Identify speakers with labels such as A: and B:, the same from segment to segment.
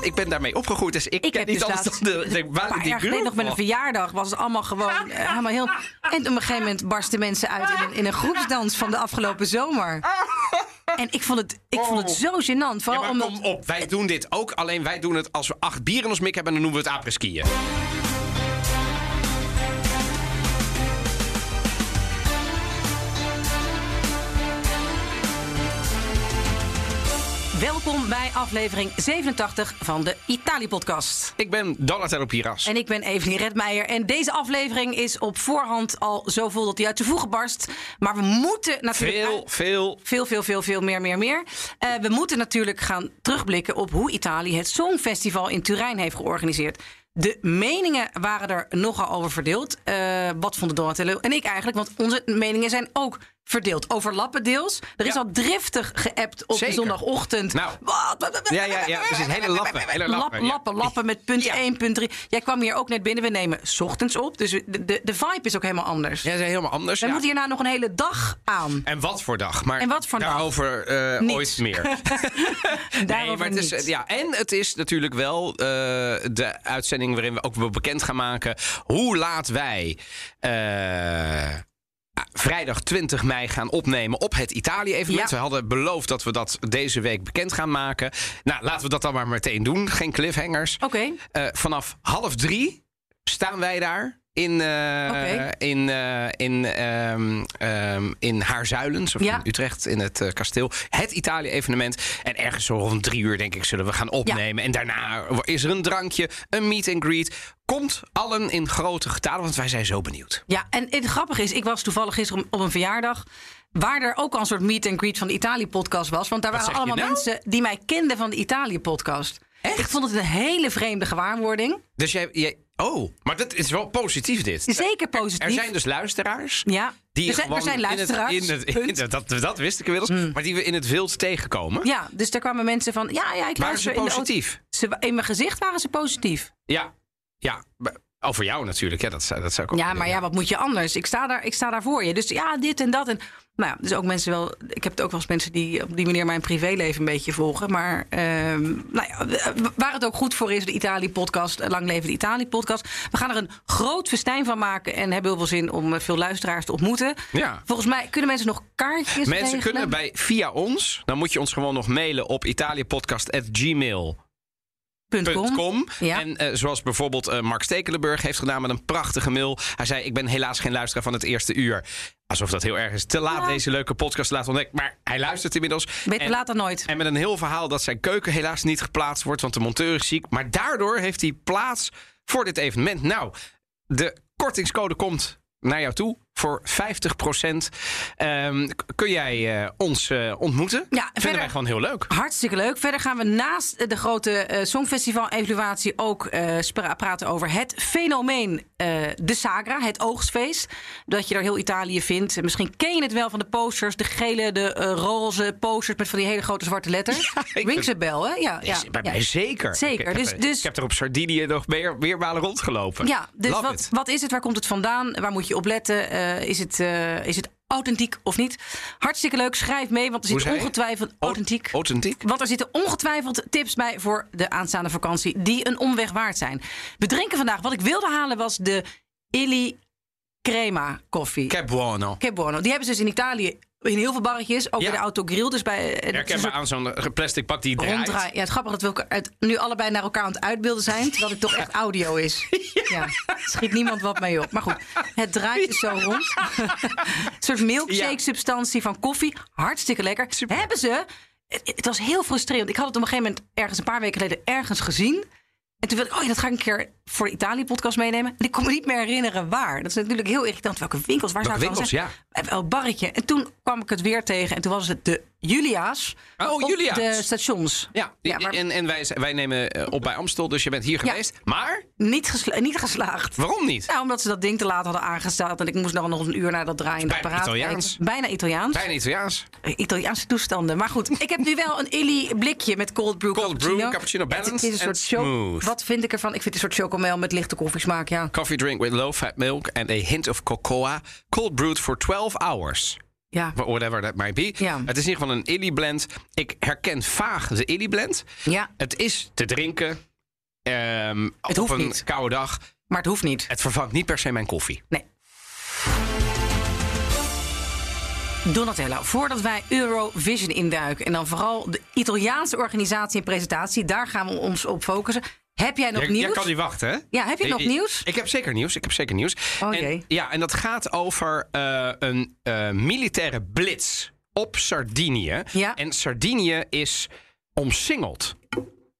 A: ik ben daarmee opgegroeid, dus ik,
B: Ik
A: ken
B: heb
A: niet
B: dus
A: alles
B: laatst
A: dan de, de
B: Een paar
A: Walentin
B: jaar geleden nog met een
A: Gruwel.
B: verjaardag was het allemaal gewoon eh, helemaal heel... En op een gegeven moment barsten mensen uit in een, in een groepsdans van de afgelopen zomer. En ik vond het, ik vond het zo gênant. Vooral
A: Oh. Ja, maar
B: omdat...
A: kom op, wij doen dit ook. Alleen wij doen het als we acht bieren in ons mik hebben, dan noemen we het apres-skiën.
B: Welkom bij aflevering 87 van de Italië-podcast.
A: Ik ben Donatello Piras.
B: En ik ben Evelien Redmeijer. En deze aflevering is op voorhand al zo vol dat hij uit zijn voegen barst. Maar we moeten natuurlijk...
A: Veel, veel.
B: Veel, veel, veel, veel meer, meer, meer. Eh, we moeten natuurlijk gaan terugblikken op hoe Italië het Songfestival in Turijn heeft georganiseerd. De meningen waren er nogal over verdeeld. Eh, wat vonden Donatello en ik eigenlijk? Want onze meningen zijn ook verdeeld. Overlappen deels. Er is
A: Ja.
B: al driftig geappt op
A: Zeker.
B: zondagochtend.
A: Nou.
B: Wat?
A: Ja, ja, ja. Precies. Hele lappen. Hele
B: Lap-
A: lappen.
B: lappen,
A: ja.
B: lappen, met punt
A: Ja.
B: 1, punt 3. Jij kwam hier ook net binnen. We nemen 's ochtends op. Dus de, de, de vibe is ook helemaal anders.
A: Ja, dat is helemaal anders.
B: We
A: ja.
B: moeten hierna nog een hele dag aan.
A: En wat voor dag. Maar
B: En wat voor dag?
A: daarover eh,
B: Niets.
A: ooit meer.
B: Daarover
A: maar het is,
B: niet.
A: ja, en het is natuurlijk wel eh, de uitzending waarin we ook wel bekend gaan maken hoe laat wij eh, vrijdag 20 mei gaan opnemen op het Italië-evenement.
B: Ja.
A: We hadden beloofd dat we dat deze week bekend gaan maken. Nou, laten we dat dan maar meteen doen. Geen cliffhangers.
B: Oké.
A: Eh, vanaf half drie staan wij daar. In, eh,
B: Oké.
A: in, eh, in, ehm, ehm, in Haarzuilens, of
B: Ja.
A: in Utrecht, in het eh, kasteel. Het Italië-evenement. En ergens zo rond drie uur, denk ik, zullen we gaan opnemen. En daarna is er een drankje, een meet and greet. Komt allen in grote getalen, want wij zijn zo benieuwd.
B: Ja, en het grappige is, ik was toevallig gisteren op een verjaardag. Waar er ook al een soort meet and greet van de Italië-podcast was. Want daar
A: Wat
B: waren
A: zeg je
B: allemaal
A: nou?
B: mensen die mij kenden van de Italië-podcast. Ik vond het een hele vreemde gewaarwording.
A: Dus jij, jij- Oh, maar dat is wel positief, dit.
B: Zeker
A: Er-
B: positief.
A: Er zijn dus luisteraars.
B: Ja,
A: Die
B: er, zijn,
A: gewoon
B: er zijn
A: in het-
B: luisteraars.
A: In het, in
B: punt. Hmm.
A: het- dat, dat wist ik inmiddels. Maar die we in het wild tegenkomen.
B: Ja, dus daar kwamen mensen van. Ja, ja
A: Waren
B: ik
A: ze
B: luister in de auto.
A: positief?
B: Ze wa- in mijn gezicht waren ze positief.
A: Ja. Ja. maar Over jou natuurlijk. Ja, dat, zou- dat zou ik ook
B: Ja,
A: willen,
B: maar ja, wat moet je anders? Ik sta daar, ik sta daar voor je. Dus ja, dit en dat. En, nou ja, dus ook mensen wel. Ik heb het ook wel eens mensen die op die manier mijn privéleven een beetje volgen. Maar ehm, nou ja, w- waar het ook goed voor is, de Italië-podcast, Lang Leven de Italië-podcast. We gaan er een groot festijn van maken en hebben heel veel zin om eh, veel luisteraars te ontmoeten.
A: Ja.
B: Volgens mij kunnen mensen nog kaartjes
A: Mensen
B: regelen.
A: kunnen bij via ons, dan moet je ons gewoon nog mailen op italiapodcast.gmail.com.
B: Punt com. Ja.
A: En eh, zoals bijvoorbeeld eh, Mark Stekelenburg heeft gedaan met een prachtige mail. Hij zei: Ik ben helaas geen luisteraar van het eerste uur. Alsof dat heel erg is. Te laat
B: Ja.
A: deze leuke podcast te laten ontdekken. Maar hij luistert inmiddels.
B: Beter
A: En-
B: laat dan nooit.
A: En met een heel verhaal dat zijn keuken helaas niet geplaatst wordt, want de monteur is ziek. Maar daardoor heeft hij plaats voor dit evenement. Nou, de kortingscode komt naar jou toe voor 50%. Ehm, k- kun jij eh, ons eh, ontmoeten? Vinden
B: verder-
A: wij gewoon heel leuk.
B: Hartstikke leuk. Verder gaan we naast eh, de grote eh, Songfestival-evaluatie ook eh, spra- praten over het fenomeen eh, de Sagra, het oogstfeest. Dat je daar heel Italië vindt. En Misschien ken je het wel van de posters, de gele, de eh, roze posters met van die hele grote zwarte letters.
A: ik
B: Rings a bell, hè? Ja, ja,
A: Is bij
B: ja.
A: mij zeker.
B: Zeker,
A: Ik heb,
B: dus-
A: eh,
B: dus-
A: ik heb er op Sardinië nog meer, meer malen rondgelopen.
B: Ja, dus
A: Love
B: wat,
A: it.
B: wat is het? Waar komt het vandaan? Waar moet je op letten? Eh, is, het, eh, is het authentiek of niet? Hartstikke leuk. Schrijf mee, want er
A: Hoe
B: zit
A: zei je?
B: ongetwijfeld
A: Au-
B: authentiek.
A: Authentiek?
B: Want er zitten ongetwijfeld tips bij voor de aanstaande vakantie die een omweg waard zijn. We drinken vandaag, wat ik wilde halen was de Illy Crema koffie.
A: Che buono.
B: Che buono. Die hebben ze dus in Italië in heel veel barretjes. Ook
A: Ja.
B: bij de Autogrill. Dus bij eh, het is een
A: Herkenbaar
B: soort
A: aan zo'n plastic pak die draait.
B: ronddraai. Ja, het grappige dat we elkaar uit- nu allebei naar elkaar aan het uitbeelden zijn. Terwijl het toch echt audio is. Ja. Schiet niemand wat mee op. Maar goed, het draait dus zo rond. een soort milkshake
A: Ja.
B: substantie van koffie. Hartstikke lekker. Hebben ze... Het, het was heel frustrerend. Ik had het op een gegeven moment ergens een paar weken geleden ergens gezien. En toen wilde ik, oh ja, dat ga ik een keer voor de Italië-podcast meenemen. En ik kon me niet meer herinneren waar. Dat is natuurlijk heel irritant. Welke winkels? Waar
A: Welke
B: zou ik dan
A: winkels,
B: zijn? Bij Wel barretje. En toen kwam ik het weer tegen. En toen was het de Julia's.
A: Oh,
B: op
A: Julia's.
B: de stations.
A: Ja,
B: Ja, maar-
A: en, en wij, wij nemen eh, op bij Amstel, dus je bent hier
B: Ja.
A: geweest. Maar
B: Niet, gesla- niet geslaagd.
A: waarom niet?
B: Nou, omdat ze dat ding te laat hadden aangestaat. En ik moest nog nog een uur naar dat draaiende
A: Bijna
B: apparaat
A: Italiaans.
B: kijken. Bijna Italiaans.
A: Bijna Italiaans.
B: Eh, Italiaanse toestanden. Maar goed, ik heb nu wel een illy blikje met cold brew
A: Cold
B: cappuccino.
A: brew, cappuccino
B: Het- Het is
A: balanced
B: een soort
A: and
B: choc-
A: smooth.
B: Wat vind ik ervan? Ik vind het een soort chocomel met lichte koffiesmaak, ja.
A: Coffee drink with low fat milk and a hint of cocoa. Cold brewed for 12 hours.
B: Ja.
A: whatever that might be.
B: Ja.
A: Het is in ieder geval een illy blend. Ik herken vaag de illy blend.
B: ja,
A: Het is te drinken ehm, op
B: hoeft
A: een
B: niet.
A: koude dag.
B: maar het hoeft niet.
A: Het vervangt niet per se mijn koffie.
B: Nee. Donatella, voordat wij Eurovision induiken en dan vooral de Italiaanse organisatie en presentatie, daar gaan we ons op focussen. Heb jij nog
A: Jij-
B: nieuws?
A: Jij kan niet wachten, hè?
B: Ja, heb je nog
A: Ik-
B: nieuws?
A: Ik heb zeker nieuws. Ik heb zeker nieuws.
B: Oh,
A: en,
B: jee.
A: ja, en dat gaat over eh, een eh, militaire blitz op Sardinië.
B: Ja.
A: En Sardinië is omsingeld.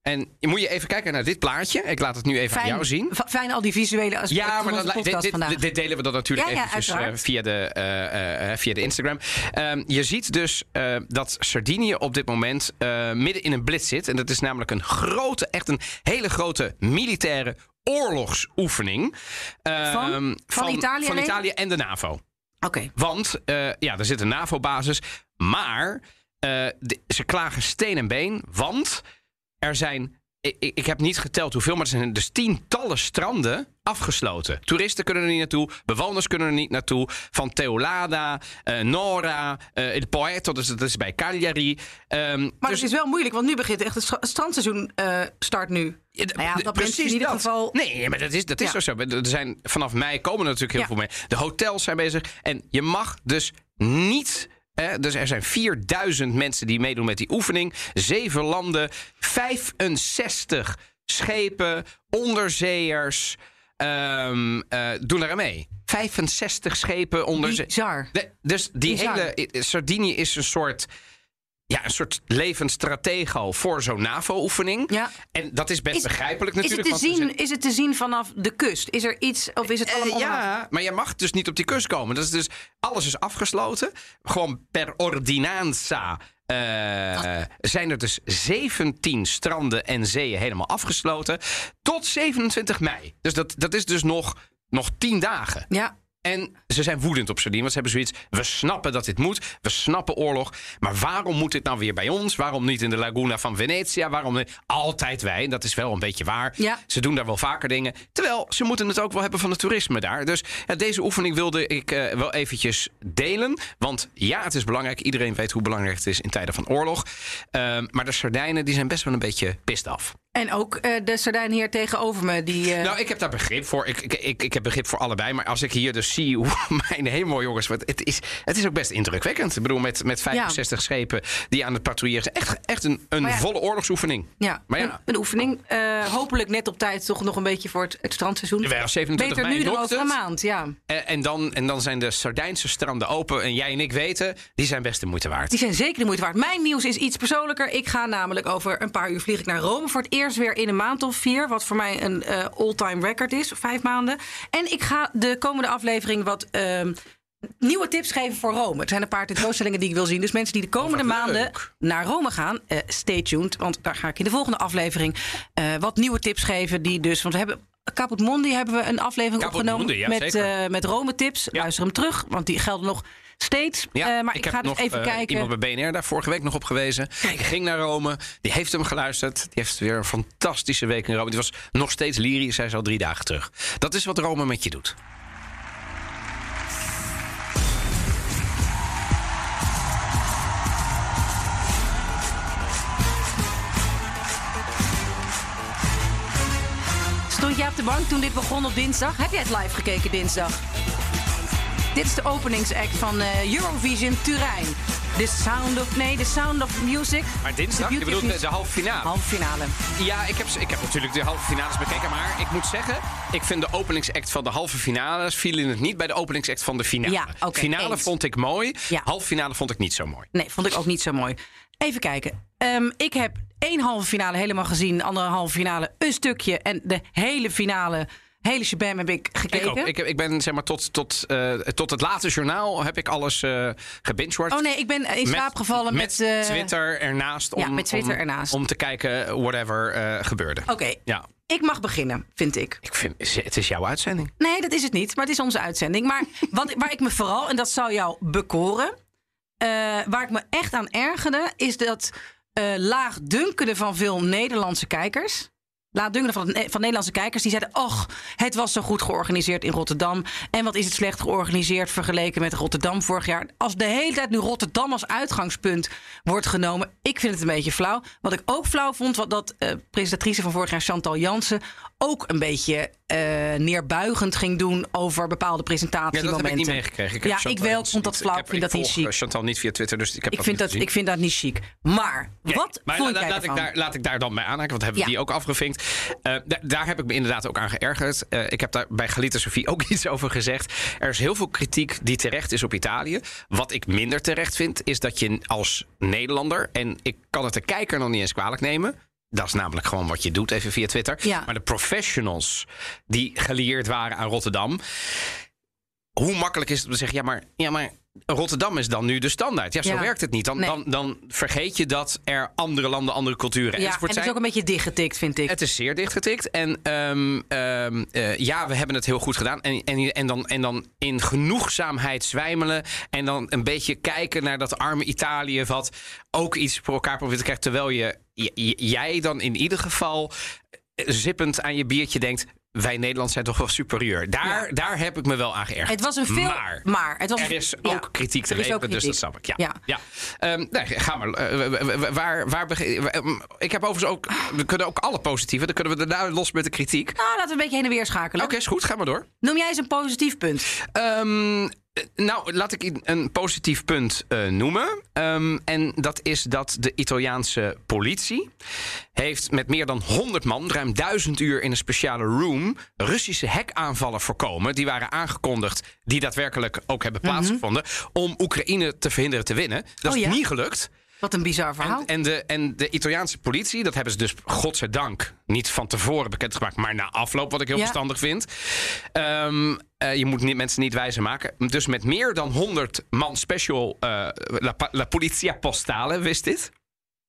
A: En je moet je even kijken naar dit plaatje. Ik laat het nu even
B: fijn,
A: aan jou zien.
B: fa- Fijn al die visuele aspecten
A: Ja, maar
B: van
A: dan,
B: onze
A: dit,
B: podcast
A: dit-
B: vandaag.
A: dit, dit delen we dan natuurlijk
B: Ja, ja,
A: eventjes eh,
B: uiteraard.
A: via, de, eh, eh, via de Instagram. Ehm, je ziet dus eh, dat Sardinië op dit moment eh, midden in een blitz zit. En dat is namelijk een grote, echt een hele grote militaire oorlogsoefening. Ehm,
B: Van? Van Italië
A: van
B: alleen?
A: Italië en de NAVO.
B: Oké,
A: Want eh, ja, er zit een NAVO-basis. Maar eh, de- ze klagen steen en been. Want er zijn. Ik, ik ik heb niet geteld hoeveel, maar er zijn dus tientallen stranden afgesloten. Toeristen kunnen er niet naartoe, bewoners kunnen er niet naartoe. Van Teolada, eh, Nora, eh Il Poeto, dus dat is bij Cagliari. Ehm,
B: maar
A: dus-
B: het is wel moeilijk, want nu begint echt het stra- het strandseizoen eh, start nu. Nou ja, op dat moment
A: precies
B: in ieder
A: dat.
B: geval...
A: Nee, maar dat is, dat is
B: Ja.
A: zo. Er zijn, vanaf mei komen er natuurlijk heel
B: Ja.
A: veel mee. De hotels zijn bezig. En je mag dus niet. Hè, dus er zijn 4000 mensen die meedoen met die oefening. Zeven landen, 65 schepen, onderzeeërs. ehm, eh, doen er aan mee. 65 schepen onderzeeërs.
B: Bizar.
A: De- dus die
B: Bizar.
A: hele. i- i- Sardinië is een soort. Ja, een soort levend stratego voor zo'n NAVO-oefening.
B: Ja.
A: En dat is best
B: Is-
A: begrijpelijk
B: Is het,
A: natuurlijk.
B: te
A: want er zijn-
B: zien, is het te zien vanaf de kust? Is er iets, of is het
A: Eh,
B: allemaal...
A: ja, maar je mag dus niet op die kust komen. Dat is dus, alles is afgesloten. Gewoon per ordinanza eh, zijn er dus 17 stranden en zeeën helemaal afgesloten. Tot 27 mei. Dus dat, dat is dus nog, nog 10 dagen.
B: ja,
A: En ze zijn woedend op Sardinië, want ze hebben zoiets... we snappen dat dit moet, we snappen oorlog... maar waarom moet dit nou weer bij ons? Waarom niet in de Laguna van Venetia? Waarom niet? altijd wij? En dat is wel een beetje waar.
B: Ja.
A: Ze doen daar wel vaker dingen. Terwijl, ze moeten het ook wel hebben van het toerisme daar. Dus ja, deze oefening wilde ik eh, wel eventjes delen. Want ja, het is belangrijk. Iedereen weet hoe belangrijk het is in tijden van oorlog. Ehm, maar de Sardijnen die zijn best wel een beetje pist af.
B: En ook eh, de sardijn hier tegenover me, die... eh,
A: Nou, ik heb daar begrip voor. Ik, ik, ik, ik heb begrip voor allebei. Maar als ik hier dus zie hoe mijn hemel, jongens. Wat, het, is, het is ook best indrukwekkend. Ik bedoel, met, met 65 schepen die aan het patrouilleren zijn. Echt, echt een, een
B: Maar ja.
A: volle oorlogsoefening.
B: ja,
A: maar ja.
B: Een, een oefening. Eh, hopelijk net op tijd toch nog een beetje voor het, het strandseizoen.
A: Jawel, 27
B: Beter
A: mei
B: nu dan
A: dokt
B: over
A: het.
B: een maand, ja.
A: En, en, dan, en dan zijn de Sardijnse stranden open. En jij en ik weten, die zijn best de moeite waard.
B: Die zijn zeker de moeite waard. Mijn nieuws is iets persoonlijker. Ik ga namelijk over een paar uur vlieg ik naar Rome. Voor het eerst weer in een maand of vier. Wat voor mij een eh, all-time record is. Vijf maanden. En ik ga de komende aflevering wat... ehm, Nieuwe tips geven voor Rome. Er zijn een paar tentoonstellingen die ik wil zien. Dus mensen die de komende
A: Oh, wat
B: maanden
A: leuk.
B: naar Rome gaan, eh, stay tuned. Want daar ga ik in de volgende aflevering eh, wat nieuwe tips geven. Die dus, want we hebben Caput Mondi hebben we een aflevering
A: Caput
B: opgenomen
A: Mundi, ja,
B: met,
A: zeker.
B: eh, met Rome tips. Luister hem terug, want die gelden nog steeds.
A: Ja,
B: Eh, maar ik,
A: heb
B: ga dus
A: nog,
B: even
A: eh,
B: kijken.
A: Iemand bij BNR daar vorige week nog op gewezen. Ik ging naar Rome. Die heeft hem geluisterd. Die heeft weer een fantastische week in Rome. Die was nog steeds lyrisch. Hij is al drie dagen terug. Dat is wat Rome met je doet.
B: Stond jij op de bank toen dit begon op dinsdag? Heb jij het live gekeken dinsdag? Dit is de openingsact van eh, Eurovision Turijn. The Sound of... Nee, The Sound of Music.
A: Maar dinsdag?
B: The
A: Je
B: Beauty
A: bedoelt
B: of
A: de, de
B: Music.
A: halve finale?
B: Halve finale.
A: Ja, ik heb, ze- ik heb natuurlijk de halve finales bekeken. Maar ik moet zeggen, ik vind de openingsact van de halve finales... vielen het niet bij de openingsact van de finale.
B: Ja, oké,
A: finale
B: eens.
A: vond ik mooi.
B: Ja.
A: Halve finale vond ik niet zo mooi.
B: Nee, vond ik ook niet zo mooi. Even kijken. Ehm, ik heb één halve finale helemaal gezien. Andere halve finale een stukje. En de hele finale, hele shabam heb ik
A: Ik,
B: gekeken.
A: ook. ik, heb- ik ben zeg maar tot, tot, eh, tot het late journaal heb ik alles eh gebingewatcht.
B: Oh nee, ik ben in slaap gevallen met... eh,
A: Twitter ernaast. Om,
B: ja, met Twitter
A: om,
B: ernaast. Oh.
A: Om te kijken whatever eh, gebeurde.
B: Oké,
A: Ja,
B: ik mag beginnen, vind ik.
A: ik vind, het is jouw uitzending.
B: Nee, dat is het niet. Maar het is onze uitzending. Maar wat, waar ik me vooral, en dat zou jou bekoren. eh, waar ik me echt aan ergerde, is dat eh laagdunkende van veel Nederlandse kijkers. laatdunkende van, van Nederlandse kijkers. Die zeiden, och, het was zo goed georganiseerd in Rotterdam. En wat is het slecht georganiseerd vergeleken met Rotterdam vorig jaar. Als de hele tijd nu Rotterdam als uitgangspunt wordt genomen. Ik vind het een beetje flauw. Wat ik ook flauw vond, was dat eh, presentatrice van vorig jaar Chantal Jansen... ook een beetje eh, neerbuigend ging doen over bepaalde
A: Ja,
B: presentatiemomenten.
A: dat heb ik niet meegekregen. heb
B: Ja,
A: Chantal dus
B: ik wel. Ik
A: niet-
B: vond dat flauw. Ik
A: heb-
B: vind dat niet
A: volg,
B: chic.
A: eh, Chantal niet via Twitter, dus ik heb
B: Ik vind,
A: niet
B: dat,
A: gezien.
B: ik vind dat niet chic. Maar wat
A: maar
B: vond
A: la- la-
B: jij
A: laat,
B: ervan?
A: ik daar, laat ik daar dan mee aanhaken, want hebben we
B: Ja.
A: die ook afgevinkt. Eh, da- daar heb ik me inderdaad ook aan geërgerd. Eh, ik heb daar bij Galita Sofie ook iets over gezegd. Er is heel veel kritiek die terecht is op Italië. Wat ik minder terecht vind, is dat je als Nederlander... en ik kan het de kijker nog niet eens kwalijk nemen... Dat is namelijk gewoon wat je doet, even via Twitter.
B: Ja.
A: Maar de professionals die gelieerd waren aan Rotterdam hoe makkelijk is het om te zeggen: ja, maar, ja, maar Rotterdam is dan nu de standaard. Ja, zo
B: Ja.
A: werkt het niet. Dan,
B: Nee.
A: dan, dan vergeet je dat er andere landen, andere culturen
B: Ja, en
A: enzovoort
B: het
A: zijn.
B: is ook een beetje dichtgetikt, vind ik.
A: Het is zeer dichtgetikt. En ehm, ehm, eh, ja, we hebben het heel goed gedaan. En, en, en, dan, en dan in genoegzaamheid zwijmelen. En dan een beetje kijken naar dat arme Italië. Wat ook iets voor elkaar probeert te krijgen. Terwijl je, j- j- jij dan in ieder geval eh, zippend aan je biertje denkt. Wij Nederland zijn toch wel superieur. Daar, daar heb ik me wel aan geërgerd.
B: Het was een veel...
A: Maar,
B: het was
A: er
B: een-
A: is
B: ja.
A: ook kritiek te
B: Er is ook
A: leveren, dus dat
B: kritiek.
A: snap ik. Ja. ja.
B: Ja.
A: Ehm, nee, ga maar. Eh, w- w- w- waar, waar begin- w- ehm, ik heb overigens ook. We kunnen ook alle positieve. Dan kunnen we daarna los met de kritiek. Oké,
B: Nou, laten we een beetje heen en weer schakelen.
A: is goed. Ga maar door.
B: Noem jij eens een positief punt.
A: Ehm, eh, nou, laat ik i- een positief punt eh, noemen. Ehm, en dat is dat de Italiaanse politie heeft met meer dan 100 man, ruim 1000 uur in een speciale room, Russische hekaanvallen voorkomen. Die waren aangekondigd, die daadwerkelijk ook hebben plaatsgevonden, om Oekraïne te verhinderen te winnen. Dat
B: Mhm. Oh
A: is
B: ja?
A: niet gelukt.
B: Wat een bizar verhaal.
A: En, en, de, en de Italiaanse politie, dat hebben ze dus godzijdank niet van tevoren bekendgemaakt, maar na afloop, wat ik heel
B: Ja.
A: verstandig vind. Ehm, eh, je moet niet, mensen niet wijzer maken. Dus met meer dan 100 man special eh, la, pa- la Polizia Postale, wist dit?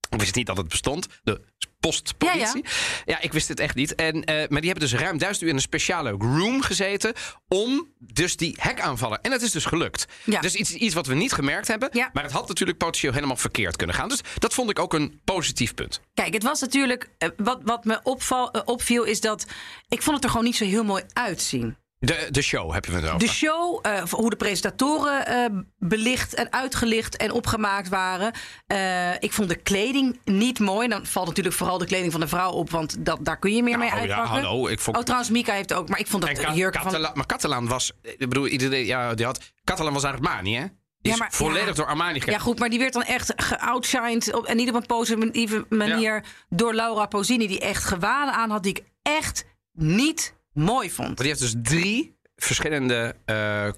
A: Ik wist niet dat het bestond. De postpolitie. Ja, ik wist het echt niet. En, eh, maar die hebben dus ruim duizend uur in een speciale room gezeten. om dus die hekaanvallen. En het is dus gelukt.
B: Ja.
A: Dus iets, iets wat we niet gemerkt hebben.
B: Ja.
A: Maar het had natuurlijk potentieel helemaal verkeerd kunnen gaan. Dus dat vond ik ook een positief punt.
B: Kijk, het was natuurlijk... eh, Wat, wat me opval, eh, opviel is dat... Ik vond het er gewoon niet zo heel mooi uitzien.
A: De, de show hebben we het over.
B: De show, eh, hoe de presentatoren eh, belicht en uitgelicht en opgemaakt waren. Eh, ik vond de kleding niet mooi. Dan valt natuurlijk vooral de kleding van de vrouw op, want dat, daar kun je meer mee
A: Nou, ja,
B: uitpakken.
A: hallo, ik vond-
B: Oh, trouwens, Mika heeft ook, maar ik vond dat
A: En
B: de
A: Ka-
B: jurk van...
A: Catala- Maar Catalan was. Ik bedoel, iedereen. Ja, die had. Catalan was Armani, hè? Die
B: Ja,
A: is
B: maar-
A: volledig
B: ja.
A: door Armani gekregen.
B: Ja, goed, maar die werd dan echt geoutshined. Op, en niet op een positieve manier door Laura Posini, die echt gewaden aan had, die ik echt niet mooi vond.
A: Maar die heeft dus drie verschillende eh eh, eh,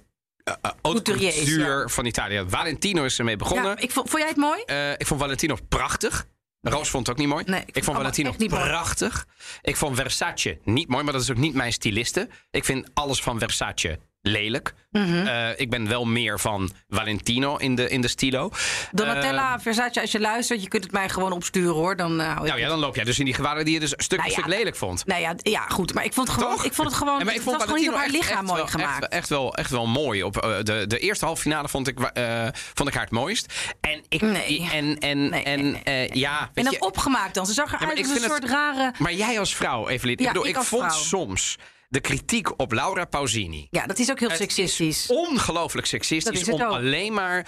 A: haute
B: Couturiers,
A: couture van Italië. Valentino is ermee begonnen.
B: Ja,
A: Eh, ik...
B: ik vond, vond jij het mooi?
A: Eh, vond Valentino prachtig. Roos vond het ook niet mooi.
B: Nee, ik
A: ik
B: vond
A: vond
B: allemaal
A: Valentino
B: echt niet mooi.
A: prachtig. Ik vond Versace niet mooi, maar dat is ook niet mijn styliste. Ik vind alles van Versace lelijk.
B: Mhm.
A: Eh, ik ben wel meer van Valentino in de, in de stilo.
B: Donatella, Versace, als je luistert, je kunt het mij gewoon opsturen hoor. Dan eh, hou ik
A: Nou ja, dan loop jij dus in die gewaden die je dus een stuk,
B: Nou ja,
A: stuk lelijk vond.
B: Nou ja, ja, goed. Maar ik vond, het gewoon,
A: Toch?
B: ik vond het gewoon.
A: En maar ik vond
B: het was gewoon niet op haar
A: Valentino
B: lichaam
A: echt-
B: mooi
A: echt wel-
B: gemaakt.
A: Echt, echt, wel, echt wel mooi. Op, eh, de, de eerste halve finale vond ik, wa- eh, vond ik haar het mooist. En ik.
B: Nee.
A: En, en,
B: Nee,
A: en
B: nee,
A: eh, ja.
B: en
A: Weet
B: dan
A: je,
B: opgemaakt dan. Ze zag eruit
A: maar ik
B: als een
A: vind
B: soort
A: het-
B: rare.
A: maar jij als vrouw, Evelien.
B: Ja,
A: ik bedoel, ik,
B: ik als
A: vond
B: vrouw.
A: soms de kritiek op Laura Pausini
B: Ja, dat is ook heel
A: Het is
B: seksistisch.
A: ongelooflijk seksistisch
B: Dat is
A: om
B: het ook.
A: alleen maar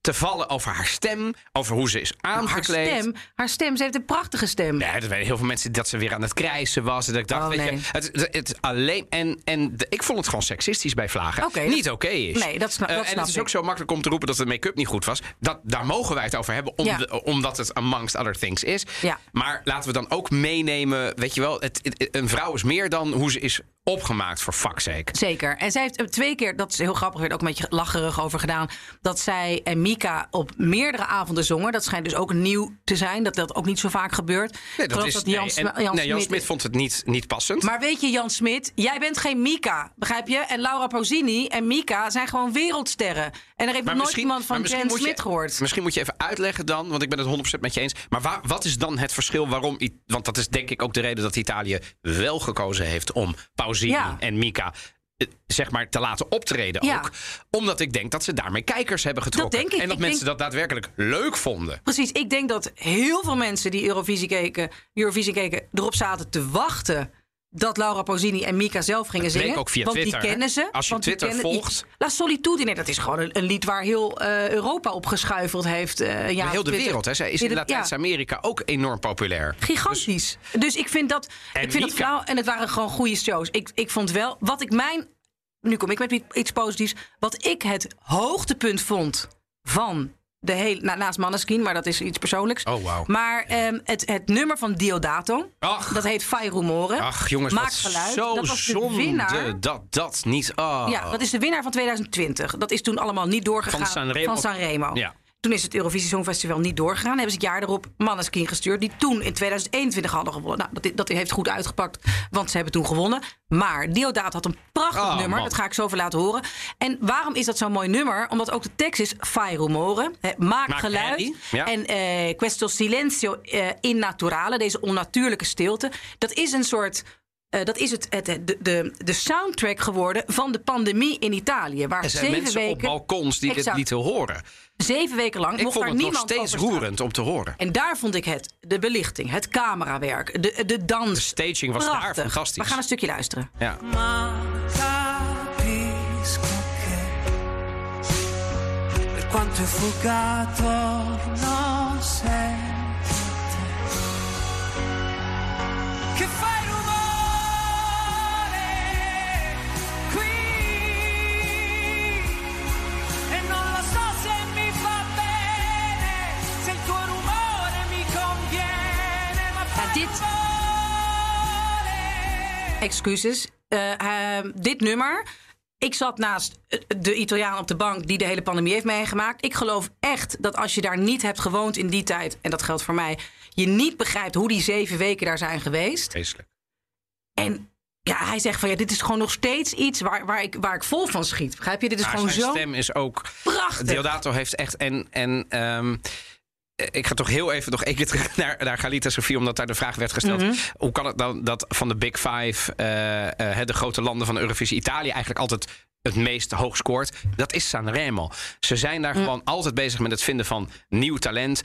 A: te vallen over haar stem, over hoe ze is
B: Haar
A: aangekleed.
B: stem, haar stem, ze heeft een prachtige stem.
A: Ja, er waren heel veel mensen dat ze weer aan het krijsen was. En dat ik dacht,
B: Oh,
A: weet
B: nee.
A: je, het, het, het alleen. En, en de- ik vond het gewoon seksistisch bij Vlagen.
B: Oké, dat-
A: niet oké is.
B: Nee, dat sna-
A: Eh,
B: dat
A: en
B: snap
A: het is
B: ik.
A: ook zo makkelijk om te roepen dat de make-up niet goed was. Dat, daar mogen wij het over hebben, om
B: Ja.
A: de- omdat het amongst other things is.
B: Ja.
A: Maar laten we dan ook meenemen, weet je wel, het, het- een vrouw is meer dan hoe ze is opgemaakt, voor fuck's sake.
B: Zeker. En zij heeft eh, twee keer, dat is heel grappig, werd ook een beetje lacherig over gedaan. Dat zij en Mika op meerdere avonden zongen. Dat schijnt dus ook nieuw te zijn. Dat dat ook niet zo vaak gebeurt. Ik geloof dat Jan,
A: nee,
B: Sma-
A: en-
B: Jan
A: nee, Jan
B: Smit-
A: Smit vond het niet, niet passend.
B: Maar weet je, Jan Smit, jij bent geen Mika, begrijp je? En Laura Pausini en Mika zijn gewoon wereldsterren. En er heeft nog nooit
A: misschien-
B: iemand
A: maar
B: van
A: misschien
B: Jan
A: moet je-
B: Smit gehoord.
A: Misschien moet je even uitleggen dan, want ik ben het 100% met je eens. Maar waar- wat is dan het verschil waarom... I- Want dat is denk ik ook de reden dat Italië wel gekozen heeft om Pausini
B: Ja.
A: en Mika eh, zeg maar, te laten optreden
B: Ja.
A: ook. Omdat ik denk dat ze daarmee kijkers hebben getrokken.
B: denk ik.
A: En dat
B: Ik
A: mensen dat daadwerkelijk leuk vonden.
B: Precies, ik denk dat heel veel mensen die Eurovisie keken, Eurovisie keken erop zaten te wachten dat Laura Pausini en Mika zelf gingen
A: bleek
B: zingen.
A: ook via
B: want
A: Twitter, hè?
B: die kennen ze.
A: Als je
B: want die
A: Twitter
B: kennen- die-
A: volgt.
B: La Solitude, nee, dat is gewoon een, een lied waar heel eh, Europa op geschuifeld heeft. eh ja,
A: Maar heel de wereld. Hè. Zij is in Latijns-Amerika ook enorm populair.
B: Gigantisch. Dus, ik vind dat.
A: En
B: ik vind dat
A: Mika.
B: flauw. En het waren gewoon goede shows. Ik, ik vond wel. Wat ik mijn. Nu kom ik met iets positiefs. Wat ik het hoogtepunt vond van de hele. Nou, naast Maneskin, maar dat is iets persoonlijks.
A: Oh, wauw.
B: Maar ehm, het, het nummer van Diodato.
A: Ach.
B: Dat heet Fai Rumoren.
A: Ach jongens,
B: Maak
A: wat
B: geluid.
A: zo
B: dat was de
A: zonde
B: winnaar.
A: dat dat niet... Oh.
B: Ja, dat is de winnaar van 2020. Dat is toen allemaal niet doorgegaan
A: Van Sanremo.
B: Van Sanremo.
A: Ja.
B: Toen is het Eurovisie Songfestival niet doorgegaan. Hebben ze het jaar erop Maneskin gestuurd... die toen in 2021 hadden gewonnen. Nou, dat, dat heeft goed uitgepakt, want ze hebben toen gewonnen. Maar Diodaat had een prachtig
A: Oh,
B: nummer.
A: man.
B: Dat ga ik zo even laten horen. En waarom is dat zo'n mooi nummer? Omdat ook de tekst is... Fai rumoren, hè, maak,
A: Maak
B: geluid.
A: herrie, ja.
B: En eh, questo silenzio eh, innaturale, deze onnatuurlijke stilte... dat is een soort... eh, dat is het, het, de, de, de soundtrack geworden van de pandemie in Italië. Waar
A: Er zijn
B: zeven
A: mensen op
B: weken,
A: balkons die dit
B: Exact.
A: lieten horen.
B: zeven weken lang
A: Ik
B: mocht
A: vond
B: daar
A: het nog
B: niemand
A: steeds
B: over staan.
A: roerend om te horen.
B: En daar vond ik het, de belichting, het camerawerk, de, de dans.
A: De staging was daar
B: Prachtig.
A: fantastisch.
B: We gaan een stukje luisteren.
A: Ja.
C: Ma capisco che per quanto è fugato non sento te. Che fai rumore qui e non lo so se mi fa bene, se il tuo rumore mi conviene, ma fai
B: dit-
C: rumore.
B: Excuses. Eh, eh, dit nummer. Ik zat naast eh, de Italiaan op de bank die de hele pandemie heeft meegemaakt. Ik geloof echt dat als je daar niet hebt gewoond in die tijd, en dat geldt voor mij, je niet begrijpt hoe die zeven weken daar zijn geweest.
A: Vreselijk.
B: En ja, hij zegt van ja, dit is gewoon nog steeds iets waar, waar, ik, waar ik vol van schiet. Begrijp je? Dit is
A: Maar
B: gewoon
A: zijn
B: zo
A: stem is ook...
B: prachtig.
A: Deodato heeft echt... En, en ehm, ik ga toch heel even nog één keer terug naar, naar Galita Sofie... omdat daar de vraag werd gesteld. Hoe kan het dan dat van de Big Five... eh, eh, hè, de grote landen van Eurovisie Italië... eigenlijk altijd het meest hoog scoort? Dat is Sanremo. Ze zijn daar gewoon altijd bezig met het vinden van nieuw talent...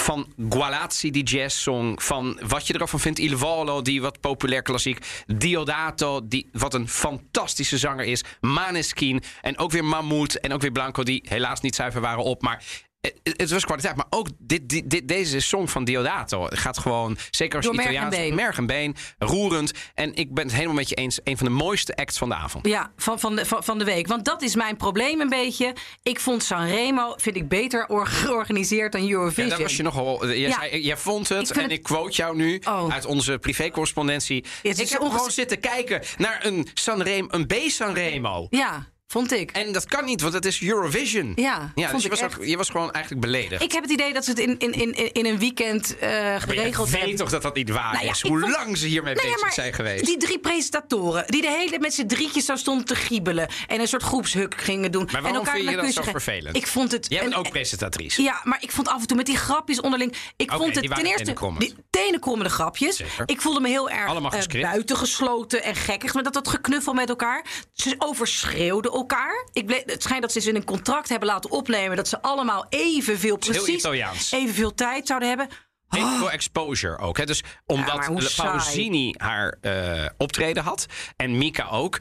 A: Van Gualazzi, die jazzsong. Van wat je er ook van vindt. Il Volo, die wat populair klassiek. Diodato, die wat een fantastische zanger is. Maneskin. En ook weer Mahmoud. En ook weer Blanco, die helaas niet zuiver waren op. Maar eh, het was kwaliteit. Maar ook dit, dit, dit- deze song van Diodato gaat gewoon... Zeker als je
B: Door merg en
A: Italiaans...
B: been.
A: merg en been. Roerend. En ik ben het helemaal met je eens. Een van de mooiste acts van de avond.
B: Ja, van, van, de, van, van de week. Want dat is mijn probleem een beetje. Ik vond Sanremo vind ik beter or- georganiseerd dan Eurovision.
A: Ja, daar was je nogal. eh, Jij,
B: Ja.
A: zei, eh, jij vond het,
B: Ik vind
A: en
B: het-
A: ik quote jou nu
B: Oh.
A: uit onze privécorrespondentie.
B: het
A: ik
B: is
A: heb
B: onge-
A: gewoon zitten kijken naar een, Sanremo, een B-Sanremo.
B: Ja, vond ik.
A: En dat kan niet, want het is Eurovision.
B: Ja,
A: ja dus
B: vond
A: je
B: ik
A: was,
B: echt.
A: ook- je was gewoon eigenlijk beledigd.
B: Ik heb het idee dat ze het in, in, in, in een weekend eh,
A: Maar je
B: geregeld hebben.
A: weet toch dat dat niet waar
B: Nou ja,
A: is?
B: ik
A: Hoe
B: vond-
A: lang ze hiermee
B: Nou ja,
A: bezig
B: maar
A: zijn geweest.
B: Die drie presentatoren die de hele met z'n drietjes zo stonden te giebelen. En een soort groepshuk gingen doen.
A: waarom
B: en elkaar
A: vind je
B: naar
A: dat
B: kussen
A: zo
B: gaan.
A: vervelend?
B: Ik vond het...
A: Jij bent
B: en-
A: ook presentatrice.
B: Ja, maar ik vond af en toe met die grapjes onderling. Ik
A: Oké,
B: vond
A: die
B: het ten
A: waren
B: eerste
A: tenenkrommend.
B: die tenenkrommende grapjes.
A: Zeker.
B: Ik voelde me heel erg
A: Allemaal
B: eh,
A: gescript.
B: buitengesloten en gekkig. Maar dat dat geknuffel met elkaar. Ze overschreeuwden elkaar. Ik bleef, het schijnt dat ze ze in een contract hebben laten opnemen dat ze allemaal evenveel
A: is heel
B: precies
A: Italiaans.
B: evenveel tijd zouden hebben.
A: En voor exposure ook. Hè? Dus omdat
B: Ah. maar hoe saai.
A: Pausini haar eh, optreden had en Mika ook.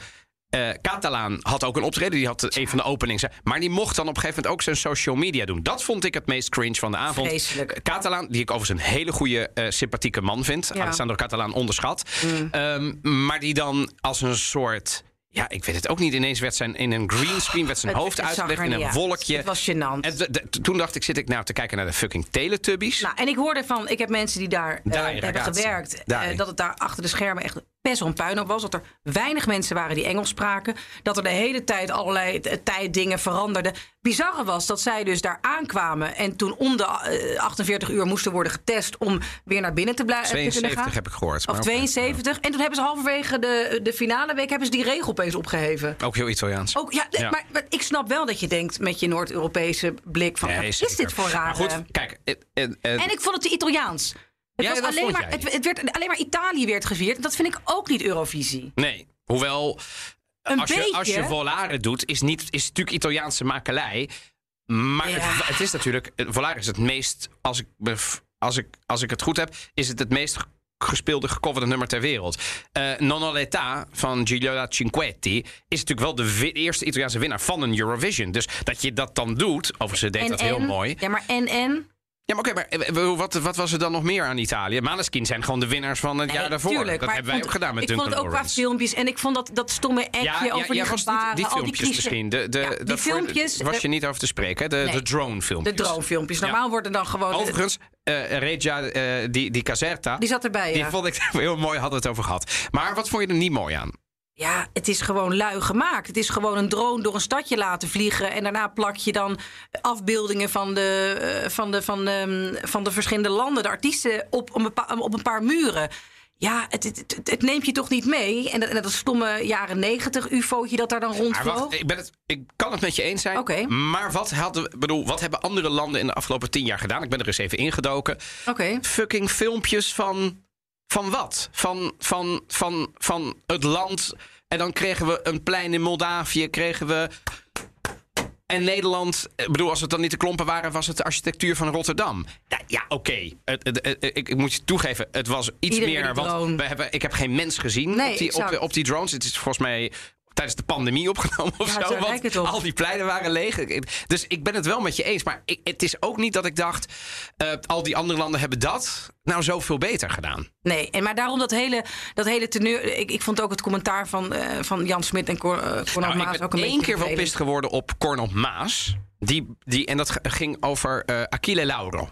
A: eh Catalaan had ook een optreden, die had een van de openings. Maar die mocht dan op een gegeven moment ook zijn social media doen. Dat vond ik het meest cringe van de avond.
B: Vreselijk.
A: Catalaan, die ik overigens een hele goede, eh, sympathieke man vind.
B: Ja. Mm.
A: Alessandro Catalaan onderschat. Ehm, maar die dan als een soort... Ja, ik weet het ook niet. Ineens werd zijn in een greenscreen, werd zijn
B: Het-
A: hoofd
B: het zag
A: uitgelegd
B: er
A: in een
B: niet uit.
A: wolkje.
B: Het was gênant.
A: En d- d- toen dacht ik, zit ik nou te kijken naar de fucking Teletubbies?
B: Nou, en ik hoorde van, ik heb mensen die daar, eh,
A: Daar,
B: hebben
A: ragazzi.
B: gewerkt,
A: Daar.
B: eh, dat het daar achter de schermen echt best wel een puinhoop was. Dat er weinig mensen waren die Engels spraken. Dat er de hele tijd allerlei eh, tijddingen veranderden. Bizarre was dat zij dus daar aankwamen en toen om de eh, 48 uur moesten worden getest om weer naar binnen te blijven.
A: 72 heb ik gehoord.
B: Of
A: maar oké.
B: 72. En toen hebben ze halverwege de, de finale week hebben ze die regel opeens opgeheven.
A: Ook heel Italiaans.
B: Ook, ja,
A: Ja.
B: Maar, maar ik snap wel dat je denkt met je Noord-Europese blik van...
A: Nee,
B: wat is
A: zeker.
B: dit voor raar?
A: Maar goed, kijk. eh, eh, eh,
B: En ik vond het te Italiaans. Het,
A: Ja,
B: was
A: dat
B: alleen,
A: vond
B: maar,
A: jij.
B: het, het werd, alleen maar Italië werd gevierd. En dat vind ik ook niet Eurovisie.
A: Nee, hoewel...
B: Een
A: als,
B: beetje.
A: je, als je volare doet, is, niet, is natuurlijk Italiaanse makelij. Maar
B: Ja.
A: het, het is natuurlijk... eh, Volare is het meest... Als ik, me f- als, ik, als ik het goed heb, is het het meest g- gespeelde, gecoverde nummer ter wereld. Eh Nonno l'età van Giulia Cinquetti is natuurlijk wel de wi- eerste Italiaanse winnaar van een Eurovision. Dus dat je dat dan doet... Overigens, ze deed dat heel mooi.
B: Ja, maar en en.
A: Ja, maar oké, maar eh, eh, wat, wat was er dan nog meer aan Italië? Maneskin zijn gewoon de winnaars van het jaar
B: Nee,
A: daarvoor.
B: tuurlijk,
A: dat
B: maar
A: hebben
B: ik
A: wij
B: vond-
A: ook gedaan met
B: Ik
A: Duncan
B: vond het ook qua
A: Lawrence.
B: filmpjes. En ik vond dat, dat stomme ekje over die
A: was
B: gebaren.
A: die, die
B: al die
A: filmpjes
B: clichés.
A: misschien. De, de,
B: Ja,
A: dat
B: die
A: voor-
B: filmpjes.
A: was
B: eh,
A: je niet over te spreken, hè? De,
B: Nee.
A: de drone
B: De
A: filmpjes.
B: droomfilmpjes. Normaal worden dan gewoon...
A: Overigens, eh, Regia, eh, die, die Caserta,
B: Die
A: die,
B: zat erbij, ja.
A: vond ik heel mooi, hadden we het over gehad. Maar wat vond je er niet mooi aan?
B: Ja, het is gewoon lui gemaakt. Het is gewoon een drone door een stadje laten vliegen. En daarna plak je dan afbeeldingen van de, eh, van de, van de, van de verschillende landen, de artiesten, op een, bepa- op een paar muren. Ja, het, het, het, het neemt je toch niet mee. En dat, en dat stomme jaren negentig ufootje dat daar dan
A: Maar
B: rondvloog.
A: wacht, ik, ben het, ik kan het met je eens zijn.
B: Oké.
A: Maar wat, hadden, we- bedoel, wat hebben andere landen in de afgelopen tien jaar gedaan? Ik ben er eens even ingedoken.
B: Oké.
A: Fucking filmpjes van. Van wat? Van, van, van, van het land. En dan kregen we een plein in Moldavië. Kregen we. En Nederland. Ik bedoel, als het dan niet de klompen waren, was het de architectuur van Rotterdam. Ja, ja oké. Het- het- het- ik, ik moet je toegeven, het was iets
B: Iedereen
A: meer.
B: met een
A: Want
B: drone.
A: we hebben, ik heb geen mens gezien
B: Nee,
A: op, die, op,
B: exact.
A: op die drones. Het is volgens mij. Tijdens de pandemie opgenomen of
B: Ja,
A: zo.
B: daar
A: Want
B: lijkt het op.
A: al die pleinen waren leeg. Ik- Dus ik ben het wel met je eens. Maar ik, het is ook niet dat ik dacht. eh, al die andere landen hebben dat nou zoveel beter gedaan.
B: Nee, en maar daarom dat hele, dat hele teneur. Ik, ik vond ook het commentaar van, eh, van Jan Smit en Cor, eh, Cornel
A: Nou,
B: Maas
A: ik ben
B: ook een
A: één
B: beetje
A: keer wel
B: vervelend.
A: pist geworden op Cornel Maas. Die, die, en dat ge- ging over eh Achille Lauro.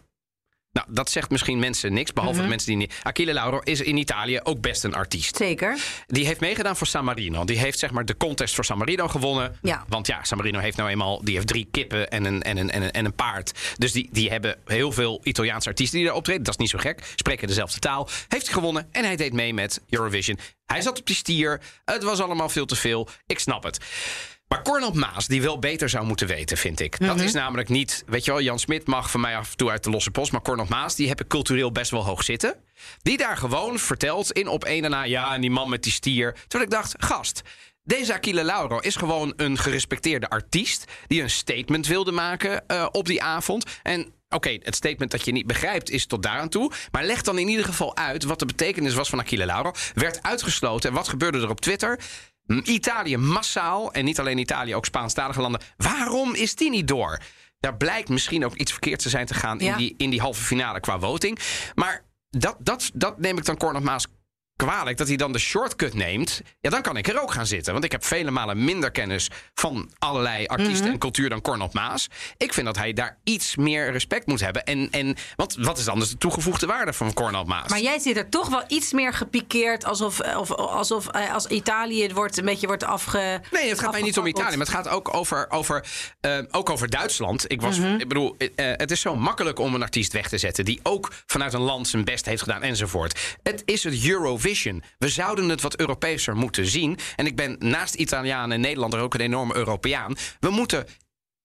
A: Nou, dat zegt misschien mensen niks, behalve
B: Mhm.
A: mensen die niet. Achille Lauro is in Italië ook best een artiest.
B: Zeker.
A: Die heeft meegedaan voor San Marino. Die heeft zeg maar de contest voor San Marino gewonnen.
B: Ja.
A: Want ja, San Marino heeft nou eenmaal die heeft drie kippen en een, en een, en een, en een paard. Dus die, die hebben heel veel Italiaanse artiesten die daar optreden. Dat is niet zo gek. Spreken dezelfde taal. Heeft hij gewonnen en hij deed mee met Eurovision. Hij zat op die stier. Het was allemaal veel te veel. Ik snap het. Maar Cornel Maas, die wel beter zou moeten weten, vind ik. Dat is namelijk niet... Weet je wel, Jan Smit mag van mij af en toe uit de losse post... maar Cornel Maas, die heb ik cultureel best wel hoog zitten. Die daar gewoon vertelt in op één daarna... ja, en die man met die stier. Terwijl ik dacht, gast... Deze Achille Lauro is gewoon een gerespecteerde artiest... die een statement wilde maken eh, op die avond. En Oké, het statement dat je niet begrijpt is tot daaraan toe. Maar leg dan in ieder geval uit wat de betekenis was van Achille Lauro. Werd uitgesloten. En wat gebeurde er op Twitter? M- Italië massaal. En niet alleen Italië, ook Spaanstalige landen. Waarom is die niet door? Daar blijkt misschien ook iets verkeerd te zijn te gaan in,
B: Ja.
A: die, in die halve finale qua voting. Maar dat, dat, dat neem ik dan Cornel Maas kwalijk. Dat hij dan de shortcut neemt. Ja, dan kan ik er ook gaan zitten. Want ik heb vele malen minder kennis van allerlei artiesten en cultuur dan Cornel Maas. Ik vind dat hij daar iets meer respect moet hebben. En, en want wat is anders de toegevoegde waarde van Cornel Maas?
B: Maar jij zit er toch wel iets meer gepikeerd alsof, eh, of, alsof eh, als Italië wordt, een beetje wordt afge.
A: Nee, het gaat mij niet om
B: afgefakkeld.
A: Italië, maar het gaat ook over, over, eh, ook over Duitsland. Ik, was, ik bedoel, eh, eh, het is zo makkelijk om een artiest weg te zetten die ook vanuit een land zijn best heeft gedaan enzovoort. Het is het Eurovision. We zouden het wat Europeeser moeten zien. En ik ben naast Italiaan en Nederlander ook een enorme Europeaan. We moeten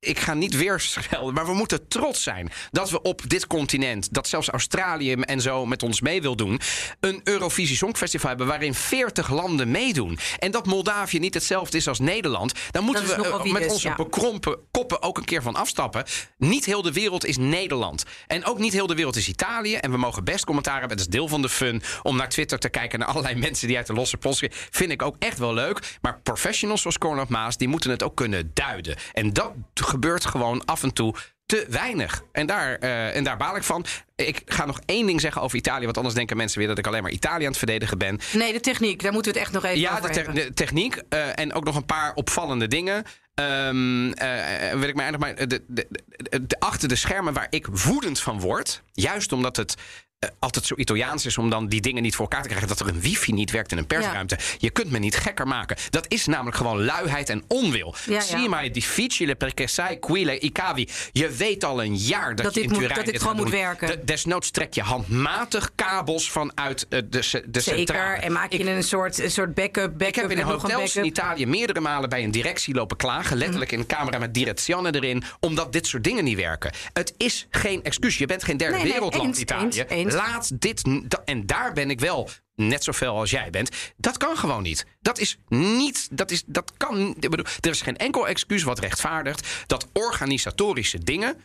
A: ik ga niet weer schelden, maar we moeten trots zijn dat we op dit continent, dat zelfs Australië en zo met ons mee wil doen, een Eurovisie Songfestival hebben waarin 40 landen meedoen. En dat Moldavië niet hetzelfde is als Nederland, dan moeten
B: is
A: we
B: nogal
A: eh,
B: wie
A: met
B: dus,
A: onze
B: ja.
A: bekrompen koppen ook een keer van afstappen. Niet heel de wereld is Nederland. En ook niet heel de wereld is Italië. En we mogen best commentaar hebben. Het is deel van de fun om naar Twitter te kijken naar allerlei mensen die uit de losse post zitten. Vind ik ook echt wel leuk. Maar professionals zoals Cornel Maas, die moeten het ook kunnen duiden. En dat gebeurt gewoon af en toe te weinig. En daar, eh, en daar baal ik van. Ik ga nog één ding zeggen over Italië, want anders denken mensen weer dat ik alleen maar Italië aan het verdedigen ben.
B: Nee, de techniek, daar moeten we het echt nog even
A: Ja,
B: over
A: de, te-
B: hebben.
A: de techniek eh, en ook nog een paar opvallende dingen. Ehm eh, wil ik maar eindigen. Maar de, de, de- de- achter de schermen waar ik woedend van word, juist omdat het eh, altijd zo Italiaans is om dan die dingen niet voor elkaar te krijgen, dat er een wifi niet werkt in een persruimte. Je kunt me niet gekker maken. Dat is namelijk gewoon luiheid en onwil.
B: Ja,
A: Zie
B: ja.
A: je maar difficile perché sai qui le icavi. Je weet al een jaar dat,
B: Dat
A: je
B: dit
A: in
B: moet-
A: Turijn
B: dat dit
A: dit
B: gewoon
A: gaat
B: moet
A: doen.
B: werken.
A: De- desnoods trek je handmatig kabels vanuit eh, de, ce- de centrale.
B: Zeker. En maak je
A: Ik-
B: een soort, een soort backup, backup
A: ik heb in
B: en nog
A: hotels
B: een
A: in
B: backup. Mm.
A: Italië meerdere malen bij een directie lopen klagen. Letterlijk in camera met direzione erin. Omdat dit soort dingen niet werken. Het is geen excuus. Je bent geen derde
B: Nee, nee,
A: wereldland
B: eens,
A: Italië.
B: eens, eens.
A: Laat dit... n- da- En daar ben ik wel net zo fel als jij bent. Dat kan gewoon niet. Dat is niet. Dat, is, dat kan. Ik bedoel, er is geen enkel excuus wat rechtvaardigt dat organisatorische dingen,